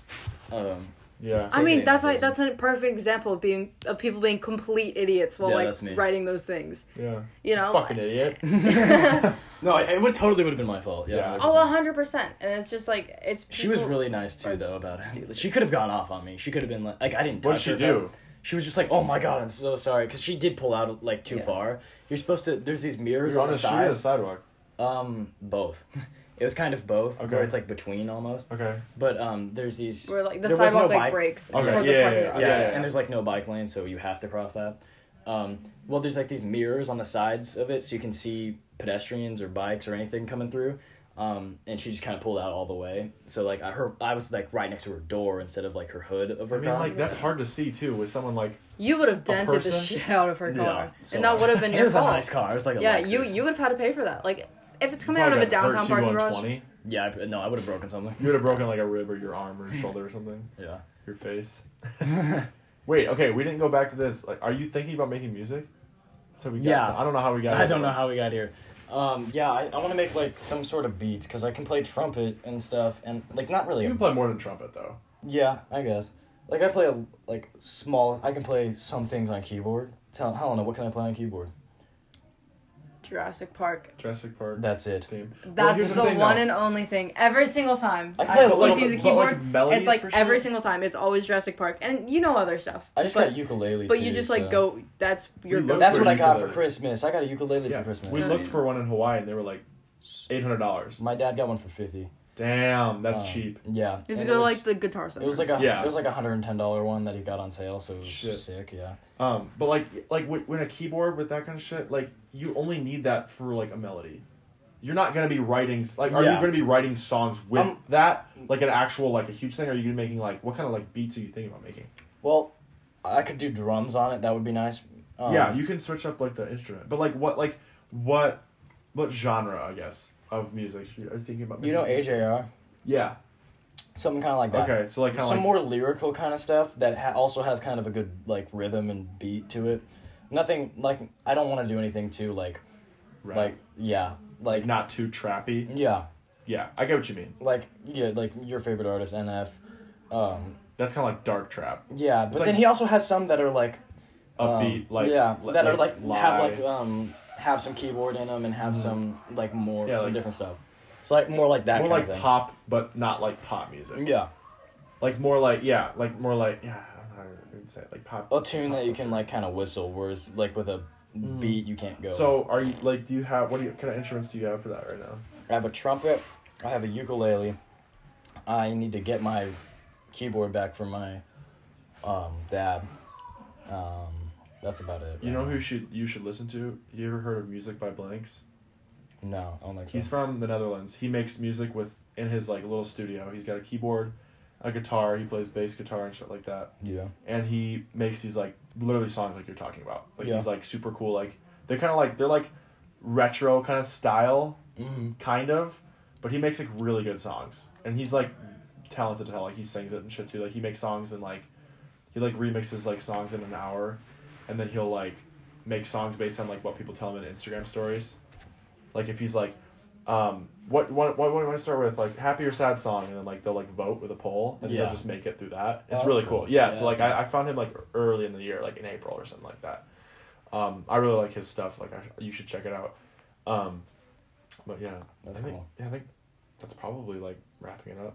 Um,
Yeah.
I mean,
Taking
that's why
advantage.
that's a perfect example of being of people being complete idiots while
Yeah, that's me.
like writing those things.
Yeah.
You know.
Fucking idiot.
no, it would totally would have been my fault. Yeah.
Yeah.
Oh, a hundred percent, and it's just like it's.
She was
people-
really nice too, though. About it, she could have gone off on me. She could have been like, like I didn't.
What did
touch
she
her,
do?
but She was just like, "Oh my god, I'm so sorry," because she did pull out like too
Yeah.
far. You're supposed to. There's these mirrors
You're
on the
street or the
side.
sidewalk.
Um, both. It was kind of both,
Okay.
where it's like between almost.
Okay.
But um, there's these.
Where like the
there was
sidewalk
no
like
bike-
breaks.
Okay,
for the
yeah,
parking
yeah,
garage.
yeah,
yeah.
and there's like no bike lane, so you have to cross that. Um, well, there's like these mirrors on the sides of it, so you can see pedestrians or bikes or anything coming through. Um, and she just kind of pulled out all the way, so like I her I was like right next to her door instead of like her hood of her
I mean,
car.
like that's hard to see too with someone like.
You would have dented the
person?
shit out of her
Yeah,
car,
so-
and that would have been
And
your
It was
fault.
a nice car. It was like a
yeah,
Lexus.
you you would have had to pay for that. Like, if it's coming out of a downtown parking garage.
Yeah, I, no, I would have broken something.
You would have broken like a rib or your arm or your shoulder or something.
Yeah.
Your face. Wait, okay, we didn't go back to this. Like, are you thinking about making music? So we got
Yeah.
some- I don't know how we got.
I
here.
don't know how we got here. Um, yeah, I, I want to make like some sort of beats because I can play trumpet and stuff, and like not really.
You
a-
can play more than trumpet though.
yeah, I guess. Like I play a, like small. I can play some things on keyboard. Tell Helena, what can I play on keyboard?
Jurassic Park.
Jurassic Park
That's it.
theme. Well,
That's
here's
the,
thing,
one
though.
and only thing. Every single time
I
I,
can play a
little
he sees a
bit, but, like,
keyboard,
melodies
it's like
for sure?
every single time. It's always Jurassic Park, and you know other stuff.
I just
but,
got ukulele.
but you
too,
just like
so-
go. That's your
We
go.
looked
That's
for
what I got for
ukulele.
Christmas. I got a ukulele
Yeah,
for Christmas.
we
Yeah.
looked for one in Hawaii and they were like eight hundred dollars.
My dad got one for fifty.
Damn, that's
Um,
cheap.
Yeah.
If you
and
go
it was-
like the guitar center,
It was like a
Yeah.
it was like a hundred and ten dollar one that he got on sale, so it was
Shit.
sick. Yeah,
Um, but like like when when a keyboard with that kind of shit, like you only need that for like a melody. You're not gonna be writing like are
Yeah.
you gonna be writing songs with
Um,
that like an actual like a huge thing? Or are you gonna be making like what kind of like beats are you thinking about making?
well, I could do drums on it. That would be nice. Um,
yeah, you can switch up like the instrument, but like what like what what genre I guess of music you are you thinking about?
you know
making?
AJR,
Yeah.
something kind of like that.
Okay, so like kind
Some
of like
more lyrical kind of stuff that ha- also has kind of a good like rhythm and beat to it. Nothing like I don't want to do anything too like
rap.
like yeah like
like not too trappy.
yeah
Yeah, I get what you mean.
like yeah like your favorite artist NF. Um,
That's kind of like dark trap,
yeah, but
like-
then he also has some that are like Um,
upbeat, like
yeah,
li-
that are like have
lie.
like um have some keyboard in them and have some like more
Yeah,
some
like-
different stuff. So like more like that
more
kind
like
of thing.
pop, but not like pop music.
Yeah,
Like more like yeah, like more like yeah. I don't know how to say it, like pop.
a tune that you can like kind of whistle, whereas like with a beat you can't go.
Mm. So are you like? Do you have what? Do you, what kind of instruments do you have for that right now?
I have a trumpet, I have a ukulele. I need to get my keyboard back from my um dad. Um, that's about it.
You know who should you should listen to? You ever heard of Music by Blanks?
No, I don't think so.
He's from the Netherlands. He makes music with in his like little studio. He's got a keyboard, a guitar. He plays bass guitar and shit like that.
yeah.
and he makes these like literally songs like you're talking about. Like
Yeah.
he's like super cool. Like they're kind of like they're like retro kind of style,
Mm-hmm.
kind of, but he makes like really good songs, and he's like talented to hell. Like he sings it and shit too. Like he makes songs and like he like remixes like songs in an hour, and then he'll like make songs based on like what people tell him in Instagram stories. Like if he's like. Um, what what what what do I start with? Like happy or sad song, and then like they'll like vote with a poll, and
Yeah. Oh,
they'll just make it through that. It's
that's
really
cool.
cool. Yeah,
Yeah,
so like
that's
I, I
nice.
found him like early in the year, like in April or something like that. Um, I really like his stuff. Like I, sh- you should check it out. Um, but yeah,
That's
I think,
cool.
Yeah, I think that's probably like wrapping it up.